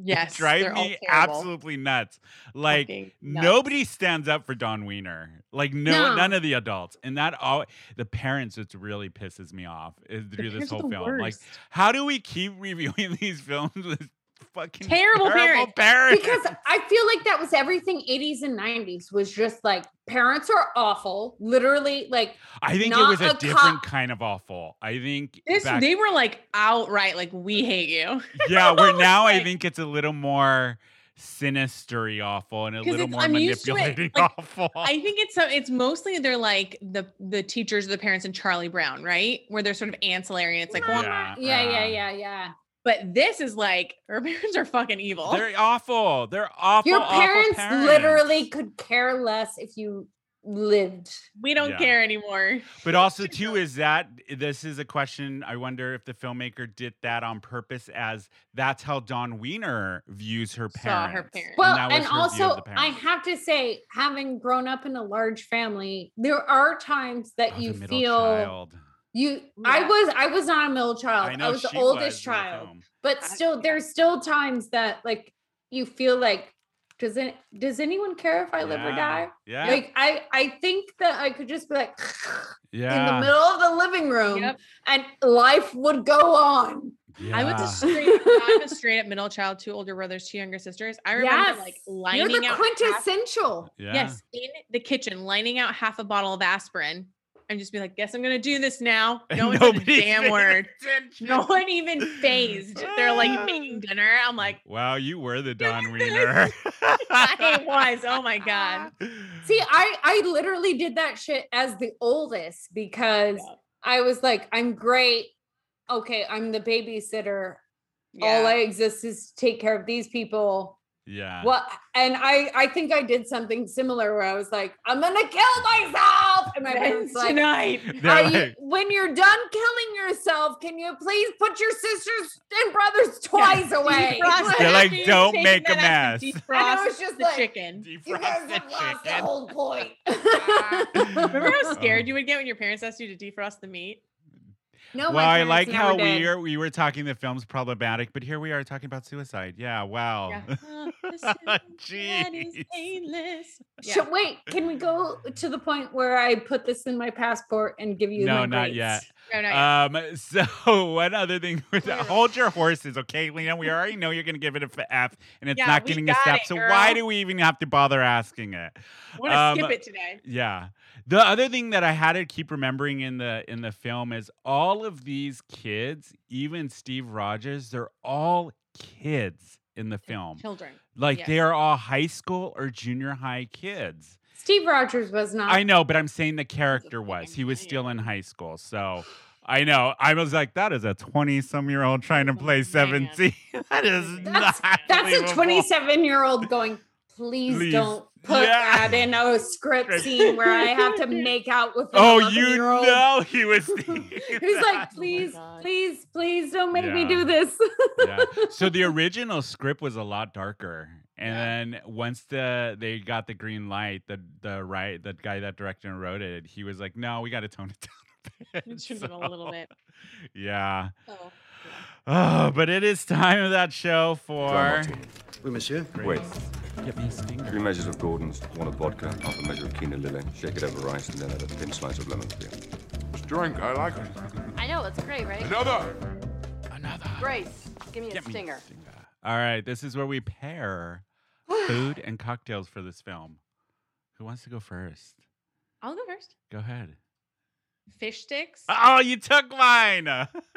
Speaker 6: yes,
Speaker 2: drive
Speaker 6: they're all
Speaker 2: me
Speaker 6: terrible.
Speaker 2: absolutely nuts. Like
Speaker 6: Fucking nuts.
Speaker 2: nobody stands up for Don Wiener. Like no,
Speaker 6: No.
Speaker 2: none of the adults, and that all the parents. It really pisses me off is through this
Speaker 6: parents are
Speaker 2: whole
Speaker 6: the
Speaker 2: film. Like,
Speaker 6: worst.
Speaker 2: how do we keep reviewing these films with fucking
Speaker 11: Terrible
Speaker 2: terrible
Speaker 11: parents.
Speaker 2: parents?
Speaker 11: Because I feel like that was everything 80s and 90s was just like parents are awful. Literally, like
Speaker 2: I think it
Speaker 11: not
Speaker 2: was a,
Speaker 11: a
Speaker 2: different
Speaker 11: cop-
Speaker 2: kind of awful. I think
Speaker 6: This
Speaker 2: back-
Speaker 6: they were like outright like we hate you.
Speaker 2: yeah. Where now I think it's a little more sinistery awful and a
Speaker 6: 'Cause
Speaker 2: little
Speaker 6: it's-
Speaker 2: more
Speaker 6: I'm used to it,
Speaker 2: manipulating
Speaker 6: like,
Speaker 2: awful.
Speaker 6: I think it's so it's mostly they're like the the teachers, the parents in Charlie Brown, right? Where they're sort of ancillary and it's like, well,
Speaker 2: Yeah,
Speaker 11: yeah, yeah,
Speaker 2: uh,
Speaker 11: yeah, yeah.
Speaker 6: but this is like her parents are fucking evil.
Speaker 2: They're awful. They're awful.
Speaker 11: Your
Speaker 2: awful
Speaker 11: parents,
Speaker 2: parents.
Speaker 11: literally could care less if you lived.
Speaker 6: we don't
Speaker 2: Yeah.
Speaker 6: care anymore.
Speaker 2: But also too is that this is a question. I wonder if the filmmaker did that on purpose, as that's how Don Wiener views her
Speaker 6: Saw
Speaker 2: parents.
Speaker 6: her parents.
Speaker 11: Well,
Speaker 2: that
Speaker 11: and,
Speaker 2: was her view of
Speaker 11: also,
Speaker 2: the parents.
Speaker 11: I have to say, having grown up in a large family, there are times that
Speaker 2: Oh, the
Speaker 11: you
Speaker 2: middle
Speaker 11: feel
Speaker 2: child.
Speaker 11: you. I was, I was not a middle
Speaker 2: I
Speaker 11: child. I,
Speaker 2: know
Speaker 11: was the
Speaker 2: she
Speaker 11: oldest
Speaker 2: was in the
Speaker 11: child,
Speaker 2: film.
Speaker 11: but still, there's still times that like you feel like, does it? Does anyone care if I live or
Speaker 2: Yeah,
Speaker 11: die?
Speaker 2: yeah.
Speaker 11: Like I, I think that I could just be like
Speaker 2: yeah.
Speaker 11: in the middle of the living room, and life would go on.
Speaker 6: I was
Speaker 2: Yeah.
Speaker 6: a straight, I'm a straight up middle child, two older brothers, two younger sisters. I remember like
Speaker 11: You're
Speaker 6: lining
Speaker 11: the
Speaker 6: out half-
Speaker 11: quintessential.
Speaker 2: Yeah.
Speaker 6: yes, in the kitchen, lining out half a bottle of aspirin and just be like, guess I'm gonna do this now.
Speaker 2: And
Speaker 6: No one said a
Speaker 2: nobody paid
Speaker 6: damn word. No one even phased. They're like making dinner. I'm like,
Speaker 2: Wow, you were the Don Wiener.
Speaker 6: I was. Oh my God.
Speaker 11: See, I I literally did that shit as the oldest because I was like, I'm great. Okay, I'm the babysitter. All
Speaker 6: Yeah.
Speaker 11: I exist is to take care of these people.
Speaker 2: yeah.
Speaker 11: Well, and I I think I did something similar where I was like, I'm gonna kill myself. And my parents like,
Speaker 6: Tonight.
Speaker 2: They're
Speaker 11: "Are you-
Speaker 2: like-
Speaker 11: when you're done killing yourself, can you please put your sisters and brothers' toys away?
Speaker 6: Defrost
Speaker 2: They're
Speaker 6: it
Speaker 2: like,
Speaker 6: after you've
Speaker 2: "Don't
Speaker 6: taken
Speaker 2: make a
Speaker 6: that out,
Speaker 2: mess."
Speaker 6: defrost
Speaker 11: And I was just
Speaker 6: the
Speaker 11: like,
Speaker 6: chicken.
Speaker 11: You guys have lost the
Speaker 2: chicken.
Speaker 6: Oh,
Speaker 11: whole point.
Speaker 6: Remember how
Speaker 2: Oh.
Speaker 6: scared you would get when your parents asked you to defrost the meat?
Speaker 11: No, my
Speaker 2: well, I
Speaker 11: parents
Speaker 2: like
Speaker 11: never
Speaker 2: how
Speaker 11: did.
Speaker 2: we are, we were talking the film's problematic, but here we are talking about suicide. Yeah, wow.
Speaker 6: Yeah. Oh, this that is
Speaker 2: Jeez.
Speaker 6: painless.
Speaker 11: Should- wait, can we go to the point where I put this in my passport and give you?
Speaker 2: No,
Speaker 11: my
Speaker 2: not
Speaker 11: grades?
Speaker 2: yet.
Speaker 6: No, not yet.
Speaker 2: Um, so one other thing, was- hold your horses, okay, Lena? We already know you're gonna give it a f- F, and it's
Speaker 6: Yeah,
Speaker 2: not
Speaker 6: we
Speaker 2: getting a
Speaker 6: got
Speaker 2: step.
Speaker 6: it,
Speaker 2: so
Speaker 6: girl.
Speaker 2: why do we even have to bother asking it?
Speaker 6: I want to
Speaker 2: Um,
Speaker 6: skip it today.
Speaker 2: Yeah. The other thing that I had to keep remembering in the in the film is all of these kids, even Steve Rogers, they're all kids in the film.
Speaker 11: children.
Speaker 2: Like
Speaker 11: Yes.
Speaker 2: they are all high school or junior high kids.
Speaker 11: Steve Rogers was not.
Speaker 2: I know, but I'm saying the character was. He was still in high school. So I know. I was like, that is a 20 some year old trying to play 17. that is
Speaker 11: That's,
Speaker 2: not.
Speaker 11: that's a
Speaker 2: believable.
Speaker 11: 27 year old going, please,
Speaker 2: Please.
Speaker 11: don't put
Speaker 2: Yeah.
Speaker 11: that in a script scene where I have to make out with an
Speaker 2: Oh, you
Speaker 11: 11-year-old."
Speaker 2: know he was.
Speaker 11: Who's like, please,
Speaker 6: Oh
Speaker 11: please, please don't make me
Speaker 2: Yeah.
Speaker 11: do this.
Speaker 2: yeah. So the original script was a lot darker. And then once the they got the green light, the the right the guy that directed and wrote it, he was like, No, we gotta tone it down a bit.
Speaker 6: It should have been a little
Speaker 2: So,
Speaker 6: bit.
Speaker 2: Yeah.
Speaker 6: Oh.
Speaker 2: Oh, but it is time of that show for
Speaker 16: Oui, monsieur.
Speaker 17: Wait.
Speaker 2: Get me a stinger.
Speaker 17: Three measures of Gordon's, one of vodka, half a measure of quinoa lily, shake it over rice, and then add a thin slice of lemon peel.
Speaker 18: Drink, I like it.
Speaker 3: I know, it's great, right?
Speaker 18: Another!
Speaker 3: Grace, give me a stinger.
Speaker 2: All right, this is where we pair food and cocktails for this film. Who wants to go first?
Speaker 6: I'll go first.
Speaker 2: Go ahead.
Speaker 6: Fish sticks
Speaker 2: Oh, you took mine.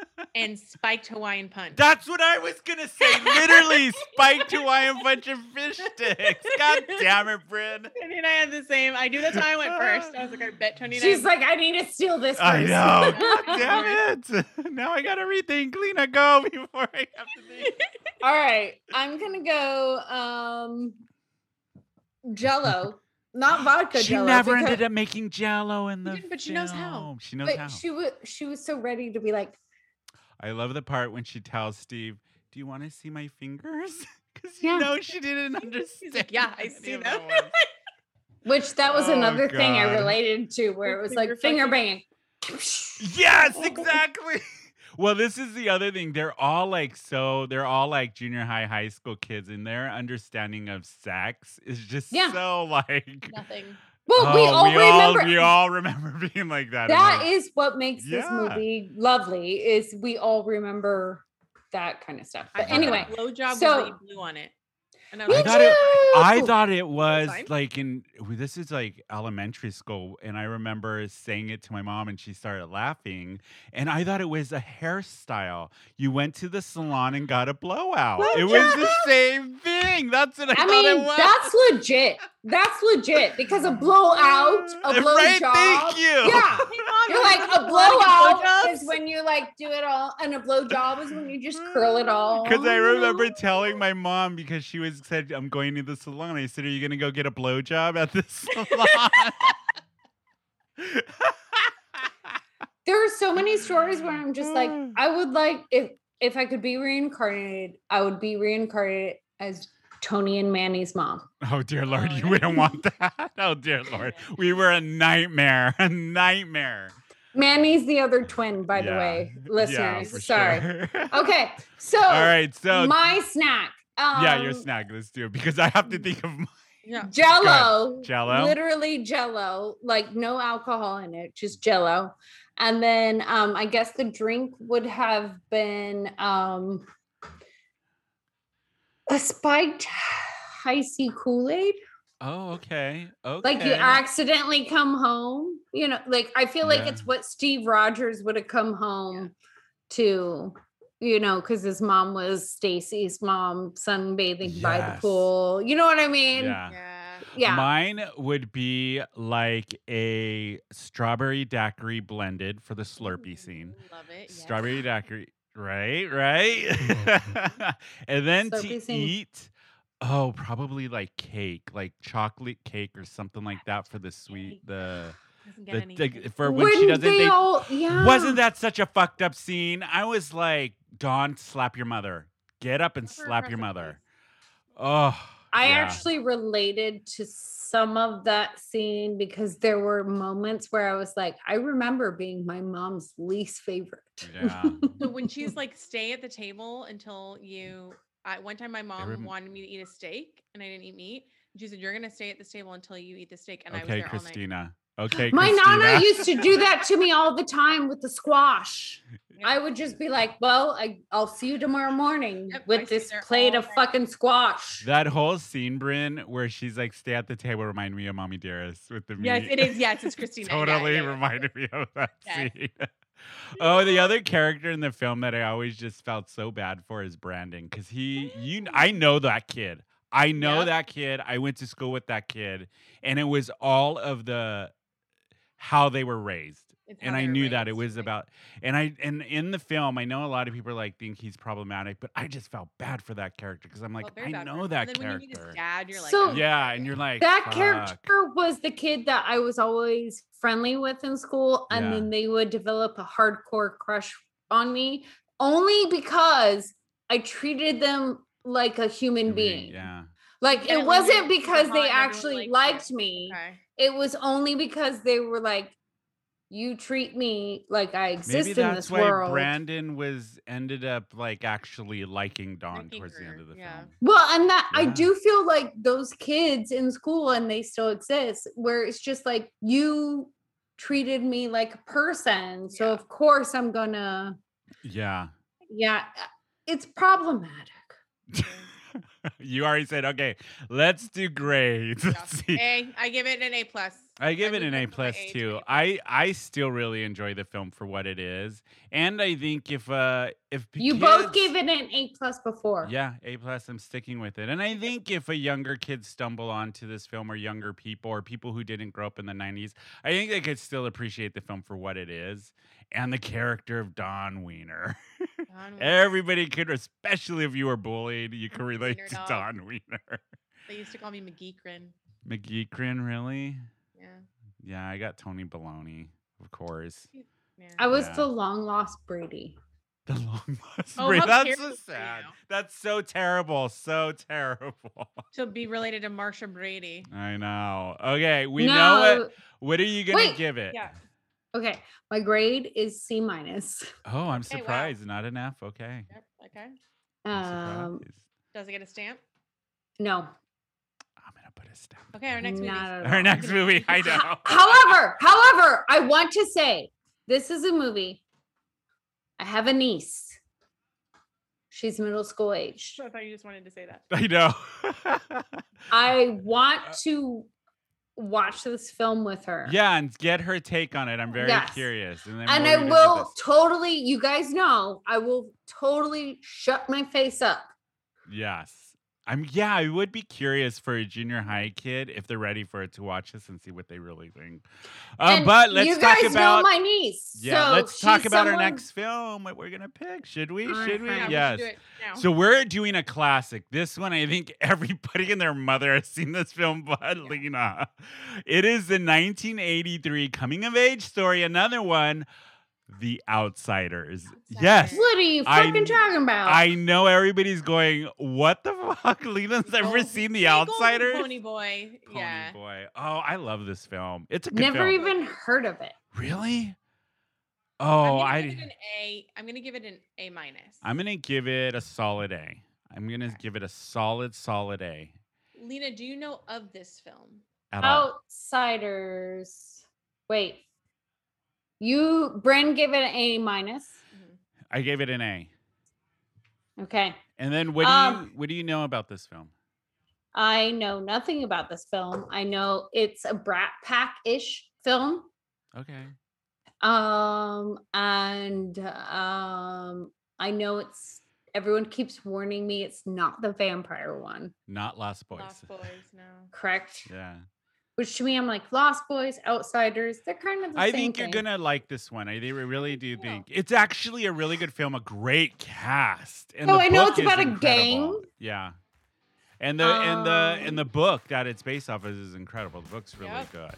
Speaker 6: and spiked Hawaiian punch.
Speaker 2: That's what I was gonna say. Literally spiked Hawaiian bunch of fish sticks. God damn it, Bryn.
Speaker 6: Tony and I had the same. I do. That's why I went first. I was like, I bet Tony. and I-
Speaker 11: She's like, I need to steal this.
Speaker 2: I
Speaker 11: first."
Speaker 2: know. God damn it. Now I gotta rethink. Lena, go before I have to think.
Speaker 11: All right. I'm gonna go um jello. Not vodka
Speaker 2: She
Speaker 11: jello.
Speaker 2: never
Speaker 11: because-
Speaker 2: ended up making jello in the
Speaker 11: but she knows how.
Speaker 2: film. She knows
Speaker 11: but
Speaker 2: how.
Speaker 11: she was she was so ready to be like,
Speaker 2: I love the part when she tells Steve, Do you want to see my fingers? Because
Speaker 11: Yeah.
Speaker 2: you know she didn't understand.
Speaker 6: yeah, I see that.
Speaker 11: which that was
Speaker 2: Oh,
Speaker 11: another thing I
Speaker 2: God.
Speaker 11: related to where it was like finger banging.
Speaker 2: Yes, exactly. Well, this is the other thing. They're all like so, they're all like junior high, high school kids, and their understanding of sex is just
Speaker 11: Yeah.
Speaker 2: so like.
Speaker 6: Nothing.
Speaker 11: Well, we
Speaker 2: Oh,
Speaker 11: all remember
Speaker 2: we all remember being like that. in
Speaker 11: that
Speaker 2: her-
Speaker 11: is what makes this
Speaker 2: Yeah.
Speaker 11: movie lovely, is we all remember that kind of stuff. But
Speaker 6: thought
Speaker 11: anyway,
Speaker 6: that blowjob
Speaker 11: so-
Speaker 6: was that you blew on it. And
Speaker 2: I
Speaker 6: like,
Speaker 2: thought it, I
Speaker 6: "Ooh."
Speaker 2: thought it was
Speaker 6: fine.
Speaker 2: like in this is like elementary school, and I remember saying it to my mom, and she started laughing, and I thought it was a hairstyle. You went to the salon and got a blowout. It was the same thing. That's what I,
Speaker 11: I
Speaker 2: thought it
Speaker 11: mean,
Speaker 2: was.
Speaker 11: that's legit. That's legit because a blowout, a blow
Speaker 2: Right,
Speaker 11: job.
Speaker 2: thank you.
Speaker 11: Yeah. You're like a blowout
Speaker 6: blowjobs?
Speaker 11: is when you like do it all, and a blow job is when you just curl it all.
Speaker 2: Because I remember telling my mom because she was said I'm going to the salon. I said, "Are you going to go get a blowjob at the salon?"
Speaker 11: There are so many stories where I'm just like,
Speaker 2: Mm.
Speaker 11: I would like if if I could be reincarnated, I would be reincarnated as Tony and Manny's mom.
Speaker 2: Oh dear lord, you wouldn't want that. Oh dear lord, we were a nightmare, a nightmare.
Speaker 11: Manny's the other twin, by the
Speaker 2: Yeah.
Speaker 11: way,
Speaker 2: Yeah,
Speaker 11: listeners.
Speaker 2: for
Speaker 11: sorry.
Speaker 2: sure.
Speaker 11: Okay, so
Speaker 2: All right, so
Speaker 11: my snack. Um,
Speaker 2: yeah, your snack. Let's do it because I have to think of mine.
Speaker 11: Jello.
Speaker 2: Jell-O?
Speaker 11: Literally Jello, like no alcohol in it, just Jello. And then um, I guess the drink would have been um, a spiked high C Kool Aid.
Speaker 2: Oh okay, okay.
Speaker 11: Like you accidentally come home, you know. Like I feel like
Speaker 2: Yeah.
Speaker 11: it's what Steve Rogers would have come home to, you know, because his mom was Stacy's mom, sunbathing by the
Speaker 2: Yes.
Speaker 11: pool. You know what I mean?
Speaker 2: Yeah.
Speaker 11: Yeah.
Speaker 2: Mine would be like a strawberry daiquiri blended for the
Speaker 11: Mm.
Speaker 2: Slurpee scene.
Speaker 6: Love it. yes.
Speaker 2: Strawberry daiquiri, right? Right. and then
Speaker 6: Slurpee
Speaker 2: to
Speaker 6: scene.
Speaker 2: eat, oh, probably like cake, like chocolate cake or something like that for the sweet the.
Speaker 6: Doesn't get
Speaker 2: The,
Speaker 6: any-
Speaker 2: like, for when she
Speaker 11: Wouldn't
Speaker 2: doesn't,
Speaker 11: they
Speaker 2: they,
Speaker 11: all- yeah.
Speaker 2: wasn't that such a fucked up scene? I was like, Dawn, slap your mother. Get up and slap your mother. Oh,
Speaker 11: I
Speaker 2: yeah.
Speaker 11: actually related to some of that scene because there were moments where I was like, I remember being my mom's least favorite.
Speaker 2: Yeah.
Speaker 6: So when she's like, stay at the table until you. I, one time, my mom
Speaker 2: rem-
Speaker 6: wanted me to eat a steak, and I didn't eat meat. She said, You're going to stay at this table until you eat the steak. And I was
Speaker 2: Okay,
Speaker 6: there
Speaker 2: Christina. Okay,
Speaker 11: My
Speaker 2: Christina.
Speaker 11: nana used to do that to me all the time with the squash. I would just be like, "Well, I, I'll see you tomorrow morning with this plate of fucking squash."
Speaker 2: That whole scene, Bryn, where she's like, "Stay at the table," remind me of Mommy Dearest with the
Speaker 6: all night. Yes,
Speaker 2: meat.
Speaker 6: it is. Yes, it's Christina. Yeah,
Speaker 2: totally
Speaker 6: yeah, yeah.
Speaker 2: reminded me of that
Speaker 6: Yeah.
Speaker 2: scene. oh, the other character in the film that I always just felt so bad for is Brandon because he, you, I know that kid. I know that kid. I went to school with that kid, and it was all of the how they were raised.
Speaker 6: It's how
Speaker 2: and
Speaker 6: they
Speaker 2: I
Speaker 6: were
Speaker 2: knew that it was about and I and in the film I know a lot of people like think he's problematic but I just felt bad for that character because I'm like
Speaker 6: Felt very
Speaker 2: I
Speaker 6: bad for
Speaker 2: know
Speaker 6: him.
Speaker 2: that
Speaker 6: And then when you
Speaker 2: character
Speaker 6: meet his dad, you're like,
Speaker 11: So-
Speaker 6: "Oh."
Speaker 2: yeah and you're like
Speaker 11: that
Speaker 2: "Fuck."
Speaker 11: character was the kid that I was always friendly with in school, and
Speaker 2: Yeah.
Speaker 11: then they would develop a hardcore crush on me only because I treated them like a human being.
Speaker 2: yeah
Speaker 11: Like
Speaker 6: Yeah,
Speaker 11: it
Speaker 6: like,
Speaker 11: wasn't
Speaker 6: you
Speaker 11: because
Speaker 6: forgot
Speaker 11: they
Speaker 6: everyone
Speaker 11: actually liked me. It was only because they were like, "You treat me like I exist
Speaker 2: maybe
Speaker 11: in
Speaker 2: that's
Speaker 11: this
Speaker 2: why
Speaker 11: world."
Speaker 2: Brandon was ended up like actually liking Dawn towards the end of the film
Speaker 11: Well, and that I
Speaker 2: Yeah.
Speaker 11: do feel like those kids in school and they still exist, where it's just like you treated me like a person. So of course I'm gonna
Speaker 2: yeah
Speaker 11: yeah, uh, it's problematic.
Speaker 2: you already said okay let's do grades let's see
Speaker 6: A, eh, I give it an A plus.
Speaker 2: I give it an A plus too. I I still really enjoy the film for what it is, and I think if uh if
Speaker 11: You both gave it an A plus before.
Speaker 2: Yeah, A plus. I'm sticking with it, and I think if a younger kid stumble onto this film, or younger people, or people who didn't grow up in the '90s, I think they could still appreciate the film for what it is, and the character of Don Wiener.
Speaker 11: Mm-hmm.
Speaker 2: Everybody could, especially if you were bullied, you could relate
Speaker 6: Wiener
Speaker 2: to
Speaker 6: dog.
Speaker 2: Don Wiener.
Speaker 6: They used to call me McGeekrin.
Speaker 2: McGeekrin, really?
Speaker 6: Yeah.
Speaker 2: Yeah, I got Tony Baloney, of course.
Speaker 11: I was
Speaker 2: Yeah.
Speaker 11: the long lost Brady.
Speaker 2: The long lost
Speaker 6: Oh,
Speaker 2: Brady.
Speaker 6: how
Speaker 2: That's so
Speaker 6: terrible for
Speaker 2: sad. That's so terrible. So terrible.
Speaker 6: To be related to Marsha Brady.
Speaker 2: I know. Okay, we know it. What are you gonna
Speaker 11: Wait.
Speaker 2: give it?
Speaker 11: Okay. My grade is C minus.
Speaker 2: Oh, I'm
Speaker 6: Okay, wow.
Speaker 2: surprised. Not an F. Okay.
Speaker 6: Yep, Okay.
Speaker 11: Um
Speaker 6: Does it get a stamp?
Speaker 11: no.
Speaker 6: Okay, our next movie.
Speaker 11: Not at
Speaker 2: Our next movie. I know.
Speaker 11: however, however, I want to say this is a movie. I have a niece. She's middle school age.
Speaker 6: I thought you just wanted to say that.
Speaker 2: I know.
Speaker 11: I want to watch this film with her.
Speaker 2: Uh, Yeah, and get her take on it. I'm very
Speaker 11: Yes.
Speaker 2: curious. And, then
Speaker 11: And
Speaker 2: we'll
Speaker 11: I
Speaker 2: revisit
Speaker 11: will
Speaker 2: this.
Speaker 11: totally, you guys know, I will totally shut my face up.
Speaker 2: Yes. I'm yeah, I would be curious for a junior high kid if they're ready for it to watch this and see what they really think. Um,
Speaker 11: And
Speaker 2: but let's
Speaker 11: you
Speaker 2: talk
Speaker 11: guys
Speaker 2: about
Speaker 11: know my niece.
Speaker 2: Yeah,
Speaker 11: so
Speaker 2: let's talk
Speaker 11: she's
Speaker 2: about our
Speaker 11: someone-
Speaker 2: next film. What we're gonna pick? Should we?
Speaker 11: All right,
Speaker 2: Should we?
Speaker 11: fine.
Speaker 2: yes.
Speaker 11: Yeah, we should do it now.
Speaker 2: so we're doing a classic. This one, I think everybody and their mother has seen this film, but Lena, it is the 1983 coming of age story. Another one, The Outsiders. Yes.
Speaker 11: What are you
Speaker 2: I
Speaker 11: fucking
Speaker 2: kn-
Speaker 11: talking about?
Speaker 2: I know everybody's going, what the fuck? Lena's never seen The
Speaker 6: Golden
Speaker 2: Outsiders.
Speaker 6: Oh, Pony Boy. yeah.
Speaker 2: Boy. Oh, I love this film. It's a good
Speaker 11: Never
Speaker 2: film.
Speaker 11: even heard of it.
Speaker 2: really? Oh, I
Speaker 6: I'm gonna give it an A. I'm gonna give it an A minus.
Speaker 2: I'm gonna give it a solid A. I'm gonna give it a solid, solid A.
Speaker 6: Lena, do you know of this film?
Speaker 11: Oh.
Speaker 2: At all.
Speaker 11: Outsiders. Wait. You Bryn give it an A minus.
Speaker 6: Mm-hmm.
Speaker 2: I gave it an A.
Speaker 11: Okay.
Speaker 2: And then what do you
Speaker 11: Um,
Speaker 2: what do you know about this film?
Speaker 11: I know nothing about this film. I know it's a brat pack-ish film.
Speaker 2: Okay.
Speaker 11: Um and um I know it's everyone keeps warning me it's not the vampire one,
Speaker 2: Not Lost Boys.
Speaker 11: correct?
Speaker 2: Yeah.
Speaker 11: Which to me I'm like Lost Boys, Outsiders, they're kind of the
Speaker 2: I
Speaker 11: same
Speaker 2: think you're
Speaker 11: thing.
Speaker 2: gonna like this one. I re- really do think it's actually a really good film, a great cast. And
Speaker 11: Oh,
Speaker 2: the
Speaker 11: I know
Speaker 2: book
Speaker 11: it's
Speaker 2: is
Speaker 11: about a
Speaker 2: incredible.
Speaker 11: gang. Um.
Speaker 2: Yeah. And the and the and the book that it's based off of is incredible. The book's really
Speaker 6: Yep.
Speaker 2: good.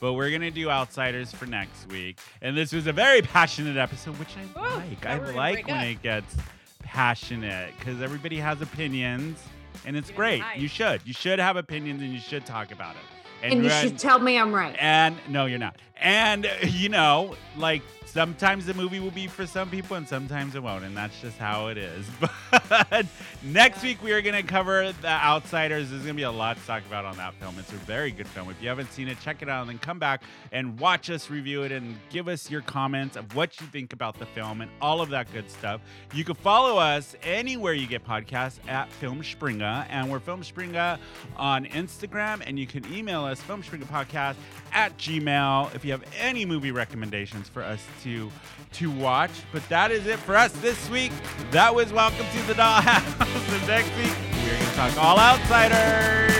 Speaker 2: But we're gonna do outsiders for next week. And this was a very passionate episode, which I
Speaker 6: Woo,
Speaker 2: like.
Speaker 6: now
Speaker 2: I
Speaker 6: we're gonna
Speaker 2: like
Speaker 6: break
Speaker 2: when
Speaker 6: up.
Speaker 2: it gets passionate because everybody has opinions and it's great.
Speaker 11: hide.
Speaker 2: You should. You should have opinions and you should talk about it.
Speaker 11: and you should
Speaker 2: run-
Speaker 11: tell me I'm right.
Speaker 2: and no, you're not. And uh, you know, like Sometimes the movie will be for some people and sometimes it won't, and that's just how it is. But next week we are going to cover The Outsiders. There's going to be a lot to talk about on that film. It's a very good film. If you haven't seen it, check it out and then come back and watch us review it and give us your comments of what you think about the film and all of that good stuff. You can follow us anywhere you get podcasts at Film Springa, and we're Film Springa on Instagram, and you can email us Film Springa Podcast at Gmail if you have any movie recommendations for us to to watch. But that is it for us this week. That was Welcome to the Dollhouse. and next week we're gonna talk all outsiders.